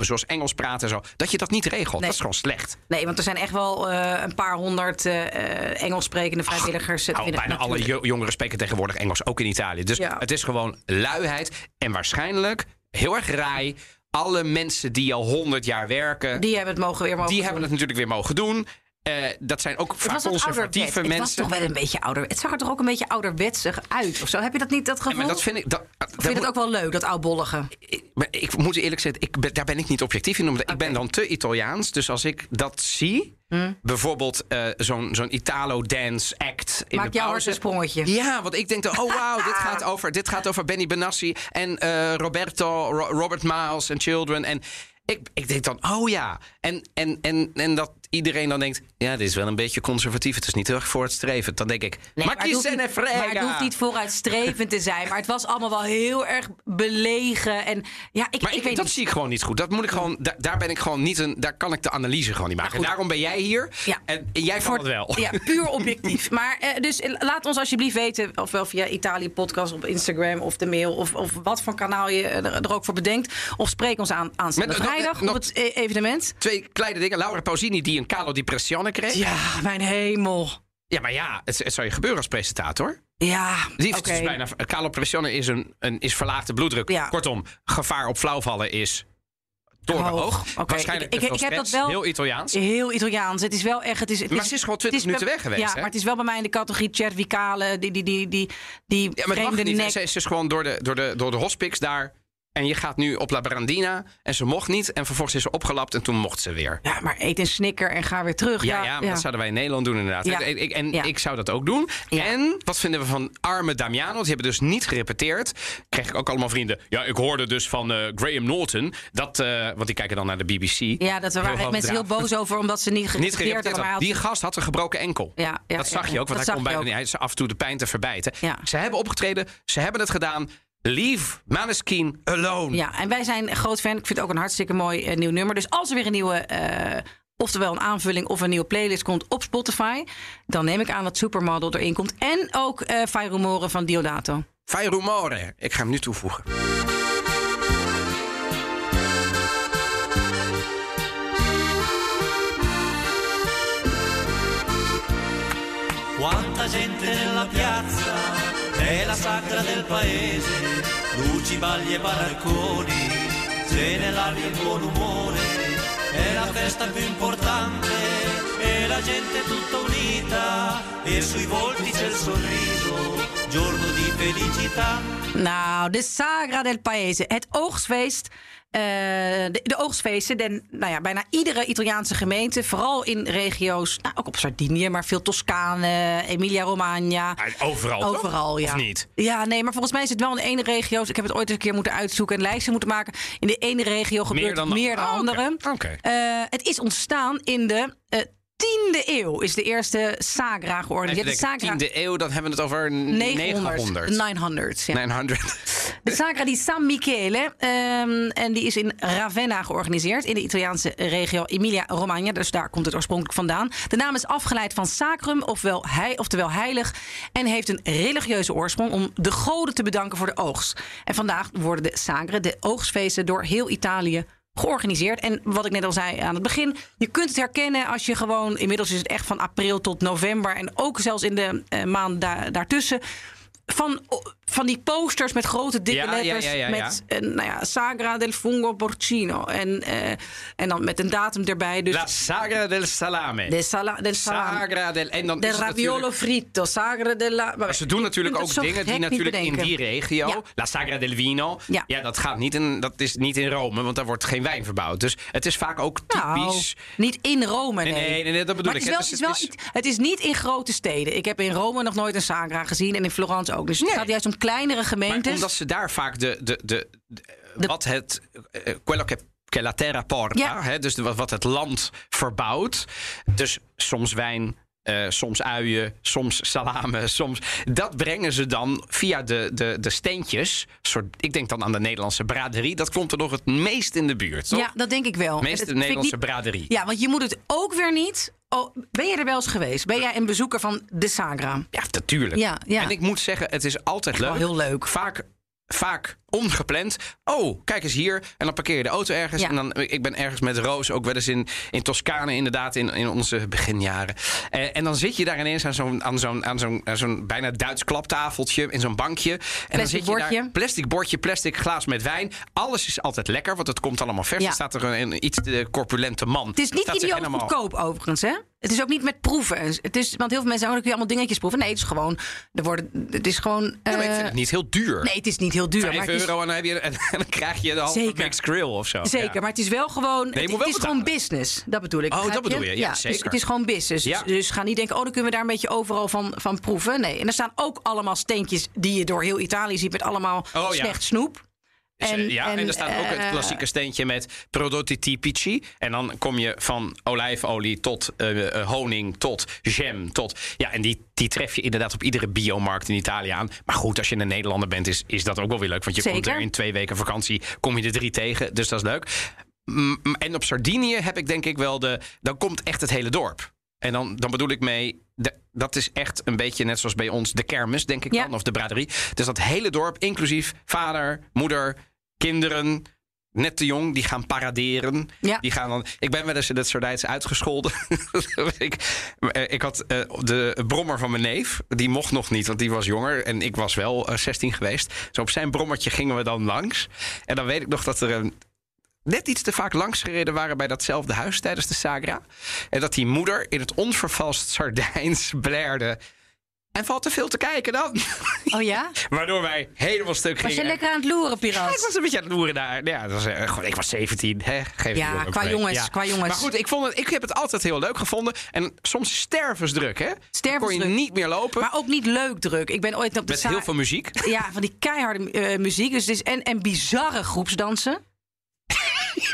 A: zoals Engels praten en zo, dat je dat niet regelt. Dat is gewoon slecht.
B: Nee, want er zijn echt wel eh, een paar honderd eh eh, Engels sprekende vrijwilligers. eh,
A: Nou,
B: binnen-
A: bijna alle
B: natuurlijk.
A: jo- jongeren spreken tegenwoordig Engels, ook in Italië. Dus
B: Ja.
A: het is gewoon luiheid en waarschijnlijk heel erg raai. Alle mensen die al 100 jaar werken, die,
B: Die hebben het mogen weer mogen
A: hebben
B: doen.
A: het natuurlijk weer mogen doen. Eh, dat zijn ook vaak
B: wat ouderwets.
A: conservatieve
B: Het was
A: mensen.
B: toch wel een beetje ouder. Het zag er toch ook een beetje ouderwetsig uit of zo. Heb je dat niet dat gevoel?
A: maar dat vind ik. Dat, dat
B: Of vind je
A: moet-
B: dat ook wel leuk, dat oudbollige?
A: ik, maar ik moet eerlijk zeggen, ik ben, daar ben ik niet objectief in. Omdat ik ben dan te Italiaans. Dus als ik dat zie,
B: Hm.
A: bijvoorbeeld eh, zo'n zo'n Italo-dance act in
B: Maakt
A: de
B: jouw hart
A: pauze.
B: een sprongetje.
A: Ja, want ik denk dan, oh wauw, dit, gaat over, dit gaat over Benny Benassi en eh, Roberto, Ro- Robert Miles en Children. En ik, ik denk dan, oh ja. En, en, en, en dat iedereen dan denkt, ja, dit is wel een beetje conservatief. Het is niet heel erg vooruitstrevend. Dan denk ik,
B: Nee,
A: maar
B: maar, het
A: kies
B: hoeft
A: en
B: niet, maar het hoeft niet vooruitstrevend te zijn. Maar het was allemaal wel heel erg belegen. En ja, ik,
A: Maar
B: ik
A: ik-
B: weet
A: dat
B: niet.
A: zie ik gewoon niet goed. Dat moet ik gewoon, daar, daar ben ik gewoon niet een. Daar kan ik de analyse gewoon niet maken.
B: goed.
A: Daarom ben jij hier.
B: Ja.
A: En, en jij
B: Voor-
A: kan het wel.
B: Ja, puur objectief. Maar eh, dus eh, laat ons alsjeblieft weten, ofwel via Italië Podcast op Instagram of de mail, of, of wat voor kanaal je eh, er, er ook voor bedenkt. Of spreek ons aan aanstaande
A: Met- nog-
B: vrijdag
A: nog-
B: op het eh, evenement.
A: Twee kleine dingen. Laura Pausini die een calo di pressione kreeg. Ja,
B: Ja, mijn hemel.
A: maar ja, het, het zou je gebeuren als presentator.
B: Ja,
A: Die heeft
B: oké.
A: dus bijna, calo pressione is, een, een, is verlaagde bloeddruk.
B: Ja.
A: Kortom, gevaar op flauwvallen is torenhoog.
B: Hoog. Oké,
A: Waarschijnlijk
B: ik-
A: te
B: ik- ik
A: veel
B: heb dat
A: stress.
B: wel-
A: heel Italiaans.
B: Heel Italiaans. Het is wel echt. Het is, het
A: Maar
B: is,
A: ze is gewoon 20
B: het is
A: minuten
B: bij-
A: weg geweest, hè?
B: Ja, maar het is wel bij mij in de categorie cervicale. Die, die, die, die, die
A: Ja, maar het mag
B: vreemde
A: niet.
B: nek.
A: Ze is dus gewoon door de, door, de, door de hospice daar. En je gaat nu op La Brandina. En ze mocht niet. En vervolgens is ze opgelapt en toen mocht ze weer.
B: Ja, maar eet een snicker en ga weer terug.
A: Ja, ja, maar dat zouden wij in Nederland doen inderdaad.
B: Ja.
A: Ik- ik- en
B: Ja.
A: ik zou dat ook doen.
B: Ja.
A: En wat vinden we van arme Damiano? Die hebben dus niet gerepeteerd. Kreeg ik ook allemaal vrienden. Ja, ik hoorde dus van eh, Graham Norton. Dat, eh, want die kijken dan naar de BBC.
B: Ja, dat er waren echt
A: hoog
B: mensen heel
A: bedrag.
B: boos over omdat ze niet
A: Niet
B: gerepeteerd
A: gerepeteerd
B: hadden. Maar
A: had.
B: hij
A: Die
B: had-
A: gast had een gebroken enkel.
B: Ja, ja,
A: dat
B: ja,
A: zag
B: ja.
A: je ook, want
B: Dat
A: hij
B: zag
A: kon
B: je
A: bijna
B: ook.
A: niet. Hij is af en toe de pijn te verbijten.
B: Ja.
A: Ze hebben opgetreden, ze hebben het gedaan. Leave Maneskin alone.
B: Ja, en wij zijn groot fan. Ik vind het ook een hartstikke mooi eh, nieuw nummer. Dus als er weer een nieuwe, eh, oftewel een aanvulling of een nieuwe playlist komt op Spotify, dan neem ik aan dat Supermodel erin komt. En ook eh Fai Rumoren van Diodato.
A: Fai rumore. Ik ga hem nu toevoegen.
D: Quanta gente nella piazza, è la sacra del paese, luci, balli e baracconi, cene larghe e buon umore, è la festa più importante, e la gente tutta unita, e sui volti c'è il sorriso, giorno di felicità.
B: Nou, de Sagra del Paese, het oogstfeest. eh, de, de oogstfeesten, den, nou ja, bijna iedere Italiaanse gemeente, vooral in regio's, nou, ook op Sardinië, maar veel Toscane, Emilia-Romagna.
A: Ja, Overal, Ah, toch?
B: Overal, ja.
A: Of niet?
B: Ja, nee, maar volgens mij is het wel in de ene regio. Ik heb het ooit eens een keer moeten uitzoeken en lijsten moeten maken. In de ene regio gebeurt
A: dan
B: het
A: de-
B: meer dan
A: Oh, oké.
B: andere.
A: Oké.
B: Eh, het is ontstaan in de eh 10e eeuw, is de eerste Sagra geworden. Je
A: Even
B: hebt de
A: denken,
B: Sagra
A: 10e eeuw, dan hebben we het over 900.
B: 900. 900, ja.
A: 900.
B: De Sagra di San Michele. ehm, en die is in Ravenna georganiseerd. In de Italiaanse regio Emilia-Romagna. Dus daar komt het oorspronkelijk vandaan. De naam is afgeleid van sacrum, ofwel hei, oftewel heilig. En heeft een religieuze oorsprong om de goden te bedanken voor de oogst. En vandaag worden de Sagre, de oogstfeesten, door heel Italië georganiseerd. En wat ik net al zei aan het begin, je kunt het herkennen als je gewoon, inmiddels is het echt van april tot november en ook zelfs in de eh, maand da- daartussen, van, van die posters met grote dikke
A: Ja, ja,
B: letters.
A: ja, ja, ja.
B: Met eh, nou ja, Sagra del Fungo Porcino. En, eh, en dan met een datum erbij. Dus
A: La Sagra del Salame.
B: de sala, del salame.
A: Sagra del... En dan
B: De
A: is het
B: raviolo
A: natuurlijk-
B: frito, sagra della...
A: Maar ze doen natuurlijk
B: kunt het
A: ook
B: zo
A: dingen die
B: gek niet
A: natuurlijk in
B: bedenken.
A: die regio...
B: Ja.
A: La Sagra del Vino. Ja,
B: Ja.
A: dat, gaat niet in, dat is niet in Rome, want daar wordt geen wijn verbouwd. Dus het is vaak ook
B: Nou,
A: typisch...
B: niet in Rome, nee.
A: Nee, nee, nee, nee, dat bedoel
B: maar
A: ik,
B: Het is,
A: hè.
B: wel,
A: Dus
B: het, is wel,
A: het
B: iets- het is niet in grote steden. Ik heb in Rome nog nooit een Sagra gezien en in Florence ook. Dus het
A: Nee.
B: gaat juist om kleinere
A: Maar
B: gemeentes.
A: omdat ze daar vaak de... de, de, de- Wat het... eh, quello che, che la terra porta.
B: Ja.
A: Hè, dus de- wat, wat het land verbouwt. Dus soms wijn, eh, soms uien, soms salame, soms... Dat brengen ze dan via de, de, de steentjes. Soort, ik denk dan aan de Nederlandse braderie. Dat komt er nog het meest in de buurt, toch?
B: Ja, dat denk ik wel.
A: Meest de
B: En het vind ik
A: Nederlandse
B: niet-
A: braderie.
B: Ja, want je moet het ook weer niet Oh, ben je er wel eens geweest? Ben jij een bezoeker van de Sagra?
A: Ja, natuurlijk.
B: Ja, ja.
A: En ik moet zeggen, het is altijd leuk.
B: wel heel leuk.
A: Vaak, vaak ongepland. Oh, kijk eens hier. En dan parkeer je de auto ergens.
B: Ja.
A: En dan, ik ben ergens met Roos, ook wel eens in, in Toscane inderdaad, in, in onze beginjaren. Eh, en dan zit je daar ineens aan zo'n, aan zo'n, aan zo'n, aan zo'n bijna Duits klaptafeltje, in zo'n bankje. En dan
B: Plastic
A: zit je daar,
B: bordje.
A: plastic bordje, plastic glaas met wijn. Alles is altijd lekker, want het komt allemaal vers.
B: Ja.
A: Er staat er een, een iets eh, corpulente man.
B: Het is niet
A: Staat zich
B: idioot
A: helemaal-
B: goedkoop overigens, hè? Het is ook niet met proeven. Het is, want heel veel mensen zeggen, oh, dan kun je allemaal dingetjes proeven. Nee, het is gewoon... Er worden, het is gewoon...
A: Ja, maar ik vind
B: eh,
A: het niet heel duur.
B: nee, het is niet heel duur. maar
A: 5
B: het is-
A: euro en dan, heb je, en dan krijg je de halve
B: Zeker.
A: Max Grill of zo.
B: Zeker,
A: Ja.
B: maar het is wel gewoon. het-
A: moet
B: het,
A: wel
B: is
A: betalen.
B: gewoon business. Dat bedoel ik.
A: Oh,
B: begrijp
A: dat bedoel je. Ja,
B: dus
A: zeker.
B: het is gewoon business.
A: Ja.
B: Dus, dus ga niet denken, oh, dan kunnen we daar een beetje overal van, van proeven. Nee. En er staan ook allemaal steentjes die je door heel Italië ziet met allemaal
A: Oh, ja.
B: slecht snoep.
A: Dus, eh, ja, en, er staat ook het
B: eh,
A: klassieke steentje met prodotti tipici. En dan kom je van olijfolie tot eh, eh, honing, tot jam, tot... Ja, en die, die tref je inderdaad op iedere biomarkt in Italië aan. Maar goed, als je een Nederlander bent, is, is dat ook wel weer leuk. Want je komt
B: Zeker.
A: er in twee weken vakantie, kom je er drie tegen. Dus dat is leuk. Mm, mm, En op Sardinië heb ik denk ik wel de... Dan komt echt het hele dorp. En dan, dan bedoel ik mee... de- dat is echt een beetje net zoals bij ons de kermis, denk ik
B: Ja.
A: dan. Of de braderie. Dus dat hele dorp, inclusief vader, moeder, kinderen... Net te jong, die gaan paraderen.
B: Ja.
A: Die gaan dan, ik ben wel eens in het Sardijns uitgescholden. ik, eh, ik had eh, de brommer van mijn neef, die mocht nog niet, want die was jonger. En ik was wel eh, 16 geweest. Zo op zijn brommertje gingen we dan langs. En dan weet ik nog dat er een, net iets te vaak langsgereden waren bij datzelfde huis tijdens de Sagra. En dat die moeder in het onvervalst Sardijns blerde. En valt te veel te kijken dan.
B: Oh ja?
A: Waardoor wij helemaal stuk
B: Was
A: gingen.
B: je lekker aan het loeren,
A: eh, Ja, ik
B: Pirat?
A: was een beetje aan het loeren daar. Ja, dat was, eh, gewoon, ik was 17. Hè? Geef
B: Ja,
A: die jongen ook
B: qua
A: mee.
B: jongens, qua jongens.
A: Maar goed, ik, vond het, ik heb het altijd heel leuk gevonden. En soms stervensdruk, hè? Dan kon je
B: Stervensdruk.
A: niet meer lopen.
B: Maar ook niet leuk druk. Ik ben ooit op de
A: met heel
B: Sa-
A: veel muziek.
B: Ja, van die keiharde eh, muziek. Dus het is en, en bizarre groepsdansen.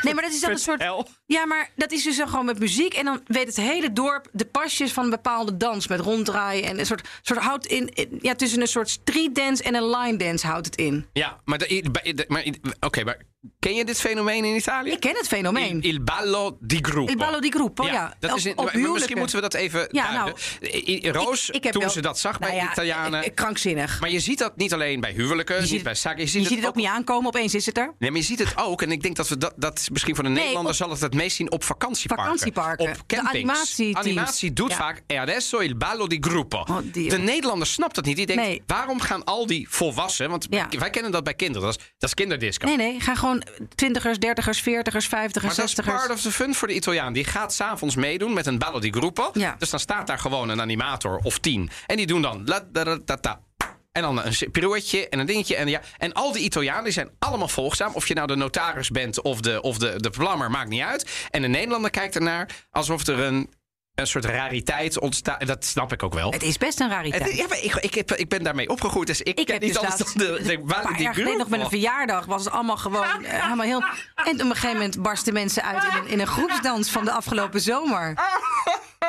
B: Nee, maar dat is dan een soort.
A: Vertel.
B: Ja, maar dat is dus dan gewoon met muziek. En dan weet het hele dorp de pasjes van een bepaalde dans. Met ronddraaien en een soort, soort houdt in, in- Ja, tussen een soort street dance en een line dance houdt het in.
A: Ja, maar, de- bij- de- maar, oké, maar ken je dit fenomeen in Italië?
B: Ik ken het
A: Il,
B: fenomeen.
A: il ballo di gruppo.
B: Il ballo di gruppo, ja.
A: Dat
B: Op-
A: is in-
B: op
A: maar misschien
B: huwelijken.
A: moeten we dat even
B: Ja, nou,
A: duiden. I- I- Roos,
B: Ik- ik heb
A: toen
B: wel-
A: ze dat zag
B: Nou
A: bij
B: ja,
A: Italianen...
B: eh, eh, Krankzinnig.
A: maar je ziet dat niet alleen bij huwelijken, niet
B: ziet
A: bij
B: het-
A: zaken.
B: Je ziet het ook niet aankomen, opeens is het er.
A: Nee, maar je ziet het ook. En ik denk dat we dat, dat is misschien voor de Nederlander
B: op-
A: zal het het meest zien op vakantieparken.
B: Vakantieparken.
A: Op
B: De
A: campings.
B: animatieteams.
A: Animatie doet
B: Ja.
A: vaak "E adesso il ballo di gruppo.
B: Oh, die-
A: de Nederlander snapt dat niet. Die denkt,
B: Nee.
A: waarom gaan al die volwassenen... Want
B: Ja.
A: wij kennen dat bij kinderen. Dat is, dat is kinderdisco.
B: Nee, nee, ga gewoon twintigers, dertigers, veertigers, vijftigers,
A: Maar dat is
B: zestigers.
A: part of the fun voor de Italiaan. Die gaat s'avonds meedoen met een ballo di gruppo.
B: Ja.
A: Dus dan staat daar gewoon een animator of tien. En die doen dan... La, da, da, da, da. En dan een pirouetje en een dingetje. En, ja. en al die Italianen die zijn allemaal volgzaam. Of je nou de notaris bent of de, of de, de plammer, maakt niet uit. En de Nederlander kijkt ernaar alsof er een, een soort rariteit ontstaat. En Dat snap ik ook wel.
B: Het is best een rariteit.
A: Het- ja, maar ik, ik, heb, ik ben daarmee opgegroeid, dus ik,
B: Ik
A: ken
B: heb
A: niet
B: dus
A: anders
B: laatst-
A: dan de, de
B: Een
A: ballo
B: paar
A: di
B: jaar geleden nog met een
A: gruppo.
B: verjaardag was het allemaal gewoon eh, helemaal heel... En op een gegeven moment barsten mensen uit in een, in een groepsdans van de afgelopen zomer.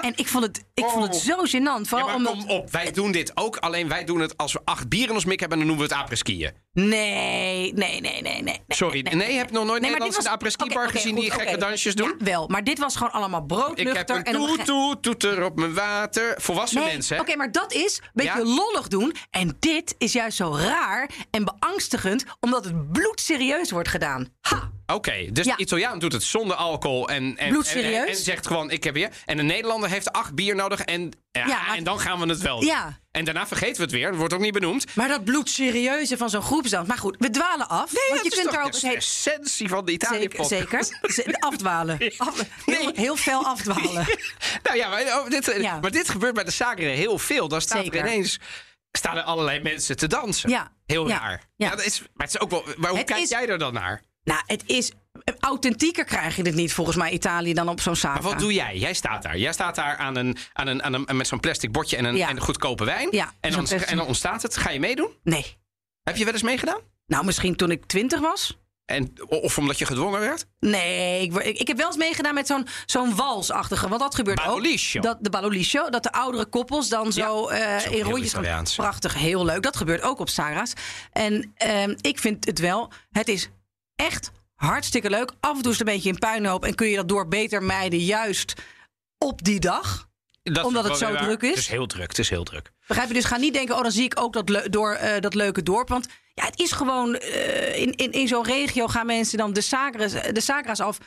B: En ik vond het, ik vond het zo gênant. Vooral
A: Oh. Ja, maar
B: Oh, omdat...
A: kom op, wij doen dit ook. Alleen wij doen het als we acht bieren in ons mik hebben, dan noemen we het apreskiën.
B: Nee, nee, nee, nee, nee, nee.
A: Sorry, nee, heb nog nooit
B: Nee, maar dit
A: Nederlanders in de
B: was-
A: apres-ski bar
B: Oké, oké,
A: gezien die
B: goed,
A: gekke
B: oké.
A: dansjes doen.
B: Ja, wel, maar dit was gewoon allemaal
A: Ik heb
B: broodnuchter.
A: een
B: en op een
A: toe, toe,
B: gege-
A: toeter op mijn water. Volwassen
B: Nee,
A: mensen.
B: Oké,
A: hè?
B: maar dat is een beetje
A: Ja.
B: lollig doen. En dit is juist zo raar en beangstigend, omdat het bloedserieus wordt gedaan. Ha!
A: Oké, dus
B: Ja.
A: de Italiaan doet het zonder alcohol en, en, en,
B: Bloedserieus?
A: en, en zegt gewoon: Ik heb weer. En de Nederlander heeft acht bier nodig en, ja,
B: Ja, maar-
A: en dan gaan we het wel. doen.
B: Ja.
A: En daarna vergeten we het weer, dat wordt ook niet benoemd.
B: Maar dat bloedserieuze van zo'n groepsdans. Maar goed, we dwalen af. want je
A: dat is
B: kunt
A: toch
B: daar ook
A: de
B: eens heen.
A: essentie van de
B: Zeker,
A: Italië-podcast.
B: zeker. Ze- Afdwalen. Af- heel, heel fel afdwalen.
A: Nou ja, maar, oh, dit, eh,
B: Ja.
A: maar dit gebeurt bij de Sagre heel veel. Dan staat er
B: Zeker.
A: ineens staan er allerlei mensen te dansen.
B: Ja.
A: Heel
B: Ja.
A: raar.
B: Ja.
A: Ja. dat is, maar het is ook wel. Maar hoe
B: Het
A: kijk
B: is-
A: jij er dan naar?
B: Nou, het is. Authentieker krijg je dit niet volgens mij Italië dan op zo'n zaak.
A: Maar wat doe jij? Jij staat daar. Jij staat daar aan een, aan een, aan een, met zo'n plastic bordje en een,
B: Ja.
A: en een goedkope wijn.
B: Ja,
A: en,
B: zo'n
A: dan,
B: plastic-
A: en dan ontstaat het. Ga je meedoen?
B: Nee.
A: Heb je wel eens meegedaan?
B: Nou, misschien toen ik twintig was.
A: En, o- of omdat je gedwongen werd?
B: Nee, ik, wo- ik, ik heb wel eens meegedaan met zo'n zo'n walsachtige. Want dat gebeurt
A: Balolicio.
B: ook. Dat, de balolicio. Dat de oudere koppels dan zo eh,
A: ook
B: in
A: heel
B: rondjes gaan.
A: Italiaans.
B: Prachtig, heel leuk. Dat gebeurt ook op Sarah's. En ehm, ik vind het wel, het is echt hartstikke leuk. Af en toe is het een beetje een puinhoop. En kun je dat door beter meiden juist op die dag.
A: Dat
B: Omdat het zo
A: wel
B: druk is?
A: Het is heel druk, het is heel druk.
B: Begrijp je? Dus ga niet denken, oh, dan zie ik ook dat, leu- door, eh, dat leuke dorp. Want ja, het is gewoon, eh, in, in, in zo'n regio gaan mensen dan de sacra's, de sacra's af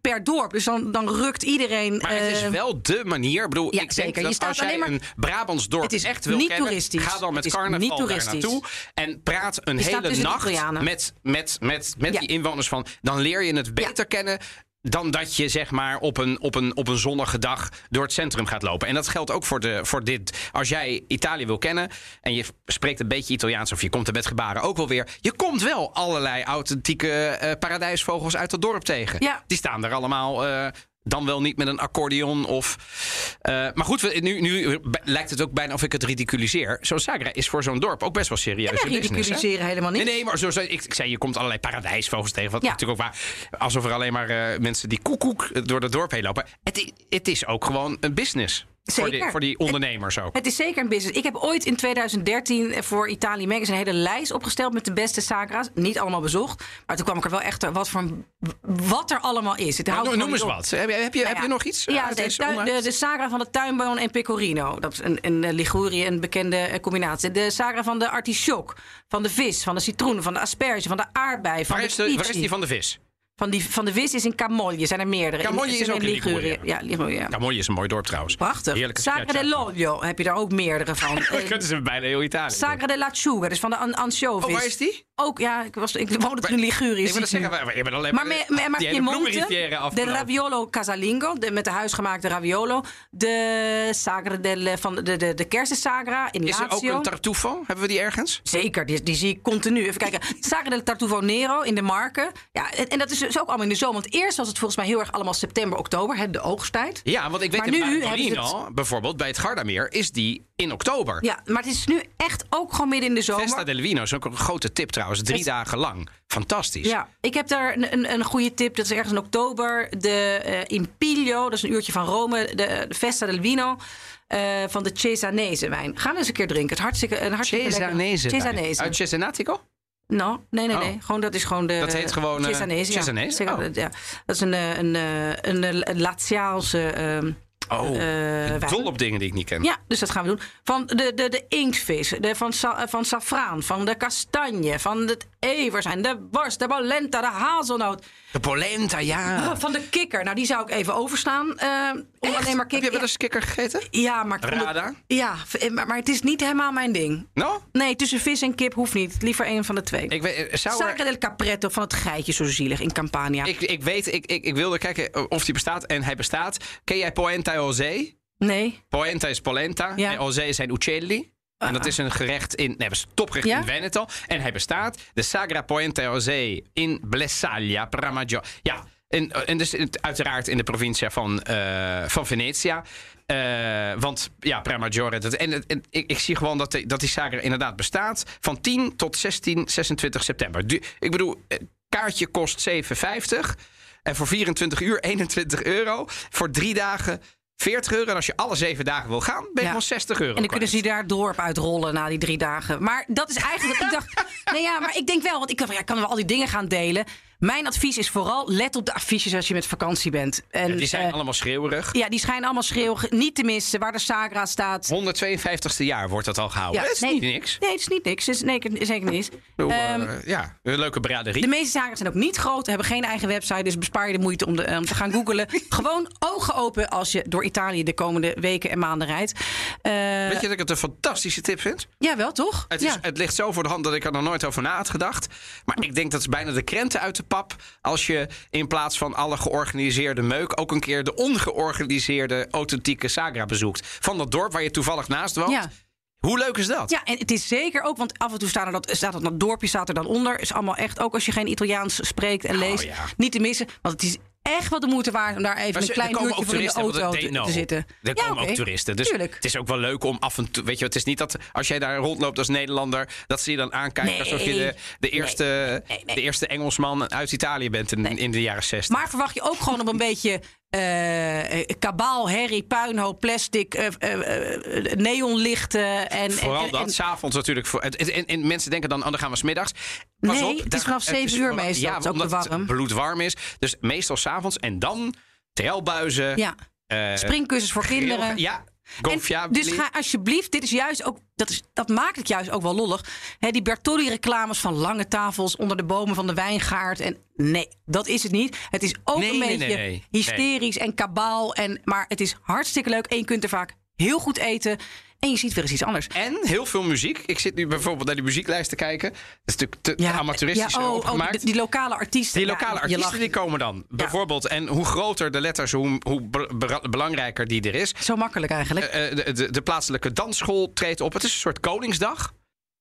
B: per dorp. Dus dan, dan rukt iedereen...
A: Maar het is
B: eh,
A: wel de manier. Ik bedoel,
B: ja,
A: ik denk
B: zeker. Je
A: dat
B: staat
A: als jij
B: alleen maar-
A: een Brabants dorp
B: Het is
A: echt wil
B: niet
A: kennen...
B: toeristisch.
A: ga dan met
B: Het is
A: carnaval
B: niet
A: daar
B: toeristisch.
A: naartoe. En praat een
B: Je staat
A: hele
B: tussen de
A: nacht
B: Italianen.
A: met, met, met, met
B: Ja.
A: die inwoners van... dan leer je het beter kennen dan dat je zeg maar op een, op, een, op een zonnige dag door het centrum gaat lopen. En dat geldt ook voor, de, voor dit. Als jij Italië wil kennen en je spreekt een beetje Italiaans... of je komt er met gebaren ook wel weer... je komt wel allerlei authentieke eh, paradijsvogels uit het dorp tegen.
B: Ja.
A: Die staan daar allemaal. eh, dan wel niet met een accordeon of... eh, maar goed, we- nu, nu b- lijkt het ook bijna of ik het ridiculiseer. Zo'n Sagra is voor zo'n dorp ook best wel serieus.
B: wij ridiculiseren helemaal niet.
A: Nee, nee, maar zo, zo- ik, ik zei, je komt allerlei paradijsvogels tegen. Wat
B: Ja.
A: natuurlijk ook waar. Alsof er alleen maar eh, mensen die koekoek eh, door het dorp heen lopen. Het, i- het is ook gewoon een business. Voor, die,
B: Zeker.
A: voor die ondernemers ook.
B: Het is zeker een business. Ik heb ooit in 2013 voor Italië Magazine een hele lijst opgesteld met de beste sagra's. Niet allemaal bezocht, maar toen kwam ik er wel echt wat, voor, wat er allemaal is. Het houdt
A: Nou,
B: gewoon
A: noem eens
B: niet op.
A: wat. Heb je, heb je, heb je
B: Nou
A: nog iets? eh,
B: Ja,
A: uit
B: de,
A: deze
B: tu-
A: online?
B: de, de sagra van de tuinboon en pecorino. Dat is een, een eh, Ligurië, een bekende eh, combinatie. De sagra van de artichok, van de vis, van de citroen, van de asperge, van de aardbei, van
A: waar,
B: de
A: is de, waar is
B: lychee.
A: die van de vis?
B: Van die van de vis is in Camoglie, zijn er meerdere. In-
A: Camoglie is
B: in
A: ook in Ligurië.
B: Ja, Ligurië. ja.
A: Ja, Nou, mooi is een mooi dorp trouwens.
B: Prachtig.
A: Heerlijke
B: Sagra
A: schiacciata.
B: dell'olio heb je daar ook meerdere van. Eh,
A: Oh, Dat is bijna heel Italië.
B: Sagra dell'acciuga, dus van de an ansjovis.
A: Oh, waar is die?
B: Ook, ja, ik, was, ik woonde toen in Ligurië.
A: Ik wil dat
B: zie ik nu.
A: zeggen, maar, maar je bent alleen
B: Maar,
A: maar,
B: me,
A: de-
B: me, maar
A: Eh, die hele
B: Piemonte,
A: bloemenrivière
B: de
A: afgelopen.
B: raviolo casalingo, de, met de huisgemaakte raviolo. De sagra del, van de, de, de kersensagra in
A: Is er ook
B: Lazio.
A: een tartufo? Hebben we die ergens?
B: Zeker, die, die zie ik continu. Even kijken. Sagra del Tartufo Nero in de Marken. Ja, en, en dat is dus ook allemaal in de zomer. Want eerst was het volgens mij heel erg allemaal september, oktober, hè, de oogsttijd.
A: Ja, want ik weet
B: Maar
A: in
B: nu hebben ze
A: Bartolino, bijvoorbeeld bij het Gardameer, is die in oktober.
B: Ja, maar het is nu echt ook gewoon midden in de zomer.
A: Festa del Vino is ook een grote tip trouwens. Drie
B: Is-
A: dagen lang. Fantastisch.
B: Ja, ik heb daar een, een, een goede tip. Dat is ergens in oktober. De eh, Impiglio, dat is een uurtje van Rome. De, de Festa del Vino eh, van de Cesanese wijn. Ga nou eens een keer drinken. Het is hartstikke, een hartstikke lekker-
A: Cesanese.
B: Cesanese.
A: Uit Cesenatico?
B: No, nee, nee,
A: Oh.
B: nee. Gewoon, dat is gewoon de...
A: Dat heet gewoon, eh,
B: Cesanese, ja.
A: Cesanese?
B: Zeker,
A: Oh.
B: ja. Dat is een, eh, een, eh, een, eh, een Latiaanse... ehm,
A: Oh,
B: eh,
A: ik ben
B: wijn.
A: dol op dingen die ik niet ken.
B: ja, dus dat gaan we doen. Van de, de, de inktvis, de, van, sa- eh, van safraan, van de kastanje, van het everzijn, de worst, de polenta, de hazelnoot.
A: De polenta, ja.
B: Ah, Van de kikker. Nou, die zou ik even overslaan. eh, om alleen maar
A: Heb je
B: kikker.
A: wel eens kikker gegeten?
B: Ja, maar ik vond het-
A: Rada?
B: Ja, v- eh, maar, maar het is niet helemaal mijn ding.
A: Nou,
B: Nee, tussen vis en kip hoeft niet. Liever een van de twee.
A: ik weet... Zou er-
B: Sacra del Capretto van het geitje, zo zielig, in Campania.
A: Ik, ik weet, ik, ik, ik wilde kijken eh, of die bestaat en hij bestaat. Ken jij Poenta José?
B: Nee.
A: Polenta is polenta.
B: Ja. Ah.
A: En Ozee zijn uccelli. En dat is een gerecht in, nee, dat is een topgerecht
B: Ja?
A: in Veneto. En hij bestaat. De Sagra Poenta Ozee in Blessaglia, Pramaggio. Ja, en, en dus het- uiteraard in de provincie van, eh van Venetia. Eh, want ja, Pramaggiore. Dat, en, het- en ik, ik zie gewoon dat, de- dat die Sagra inderdaad bestaat. Van 10 tot 16, 26 september. Du- ik bedoel, eh, kaartje kost 7,50. En voor 24 uur 21 euro. Voor drie dagen 40 euro. En als je alle zeven dagen wil gaan, ben je
B: Ja.
A: gewoon 60 euro.
B: En dan kunnen
A: kwijt.
B: ze daar het dorp uitrollen na die drie dagen. Maar dat is eigenlijk. ik dacht. Nee, ja, maar ik denk wel. Want ik dacht, van, ja, kunnen we al die dingen gaan delen? Mijn advies is vooral: let op de affiches als je met vakantie bent. En,
A: Die zijn
B: eh,
A: allemaal schreeuwerig.
B: ja, die schijnen allemaal schreeuwig. Niet te missen waar de Sagra staat.
A: 152e jaar wordt dat al gehouden.
B: Ja,
A: Oh, dat is
B: nee.
A: niet niks.
B: Nee, het is niet niks. Het is- nee, ik- zeker niet.
A: Ik bedoel,
B: Ehm,
A: eh, ja, een leuke braderie.
B: de meeste zaken zijn ook niet groot, hebben geen eigen website, dus bespaar je de moeite om, de, eh, om te gaan googelen. Gewoon ogen open als je door Italië de komende weken en maanden rijdt.
A: Weet
B: Eh
A: je dat ik het een fantastische tip vind?
B: ja, wel toch?
A: Het,
B: ja.
A: is, het ligt zo voor de hand dat ik er nog nooit over na had gedacht. Maar ik denk dat is bijna de krenten uit de pap. Als je in plaats van alle georganiseerde meuk... ook een keer de ongeorganiseerde authentieke sagra bezoekt. Van dat dorp waar je toevallig naast woont.
B: Ja.
A: Hoe leuk is dat?
B: Ja, en het is zeker ook, want af en toe staat er dat, staat dat, dat dorpje staat er dan onder. Is allemaal echt, ook als je geen Italiaans spreekt en leest,
A: Oh, ja.
B: niet te missen. Want het is echt wel de moeite waard om daar even
A: Maar
B: een
A: ze-
B: klein uurtje voor in de
A: want
B: auto
A: het-
B: te,
A: nee, no.
B: te zitten.
A: Er
B: Ja,
A: komen
B: oké.
A: ook toeristen. Dus
B: Tuurlijk.
A: het is ook wel leuk om af en toe. Weet je, het is niet dat als jij daar rondloopt als Nederlander. dat ze je dan aankijken.
B: Nee.
A: alsof je de, de, eerste,
B: nee, nee.
A: de eerste Engelsman uit Italië bent in, in de jaren 60.
B: Maar verwacht je ook gewoon op een beetje eh, eh, kabaal, herrie, puinhoop, plastic, eh, eh, eh, neonlichten. En,
A: Vooral
B: en, en-
A: dat, s'avonds natuurlijk. Voor, het- het- en, en mensen denken dan, oh, dan gaan we smiddags. Pas
B: Nee,
A: op,
B: het is
A: daar-
B: vanaf zeven uur
A: vooral-
B: meestal.
A: Ja,
B: Het is ook te
A: omdat
B: warm.
A: het bloedwarm is. Dus meestal s'avonds. En dan telbuizen,
B: Ja.
A: eh,
B: Springkussens voor
A: geel-
B: kinderen.
A: Ja,
B: En
A: Gonfia.
B: dus ga alsjeblieft, dit is juist ook, dat, is, dat maakt het juist ook wel lollig. Hè, die Bertolli-reclames van lange tafels onder de bomen van de wijngaard. En nee, dat is het niet. Het is ook
A: Nee,
B: een
A: nee,
B: beetje
A: nee, nee.
B: hysterisch en kabaal. En, maar het is hartstikke leuk. En je kunt er vaak heel goed eten. En je ziet weer eens iets anders.
A: En heel veel muziek. Ik zit nu bijvoorbeeld naar die muzieklijst te kijken. Dat is natuurlijk te amateuristisch
B: ja,
A: eh,
B: oh, oh,
A: opgemaakt.
B: die, die lokale artiesten.
A: Die
B: ja,
A: lokale
B: je
A: artiesten
B: lacht.
A: die komen dan. Bijvoorbeeld. En hoe groter de letters, hoe, hoe be- be- belangrijker die er is.
B: Zo makkelijk eigenlijk.
A: Eh, eh, de, de, de plaatselijke dansschool treedt op. Het is een soort Koningsdag.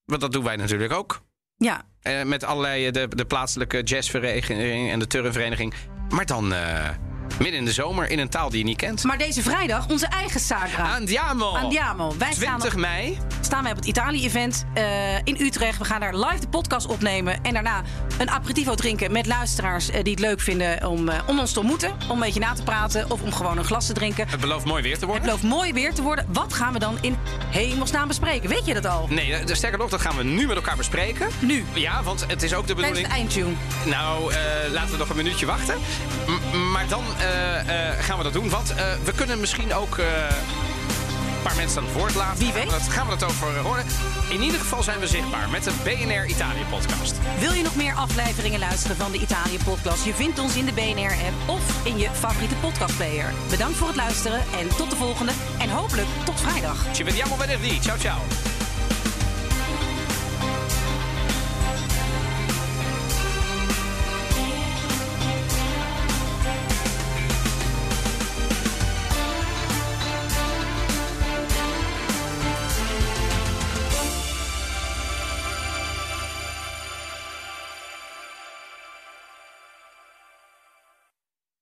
A: Want dat doen wij natuurlijk ook.
B: ja,
A: Eh, met allerlei eh, de, de plaatselijke jazzvereniging en de turnvereniging. Maar dan eh, midden in de zomer in een taal die je niet kent.
B: maar deze vrijdag onze eigen Sagra.
A: Andiamo!
B: Andiamo. Wij staan nog
A: 20 mei.
B: staan wij op het Italië-event eh, in Utrecht. We gaan daar live de podcast opnemen. En daarna een aperitivo drinken met luisteraars eh, die het leuk vinden om, eh, om ons te ontmoeten. Om een beetje na te praten of om gewoon een glas te drinken.
A: Het belooft mooi weer te worden.
B: Het belooft mooi weer te worden. Wat gaan we dan in hemelsnaam bespreken? Weet je dat al?
A: Nee, eh, sterker nog, dat gaan we nu met elkaar bespreken.
B: Nu.
A: Ja, want het is ook de
B: Tijdens
A: bedoeling.
B: de eindtune.
A: Nou, eh, laten we nog een minuutje wachten. M- maar dan eh, eh, gaan we dat doen. Want eh, we kunnen misschien ook eh, een paar mensen aan het woord laten.
B: Wie weet.
A: Gaan we dat, gaan we dat over eh, horen. In ieder geval zijn we zichtbaar met de BNR Italië podcast.
B: Wil je nog meer afleveringen luisteren van de Italië-podcast? Je vindt ons in de BNR-app of in je favoriete podcastplayer. Bedankt voor het luisteren en tot de volgende. En hopelijk tot vrijdag.
A: Ci vediamo venerdì. Ciao ciao.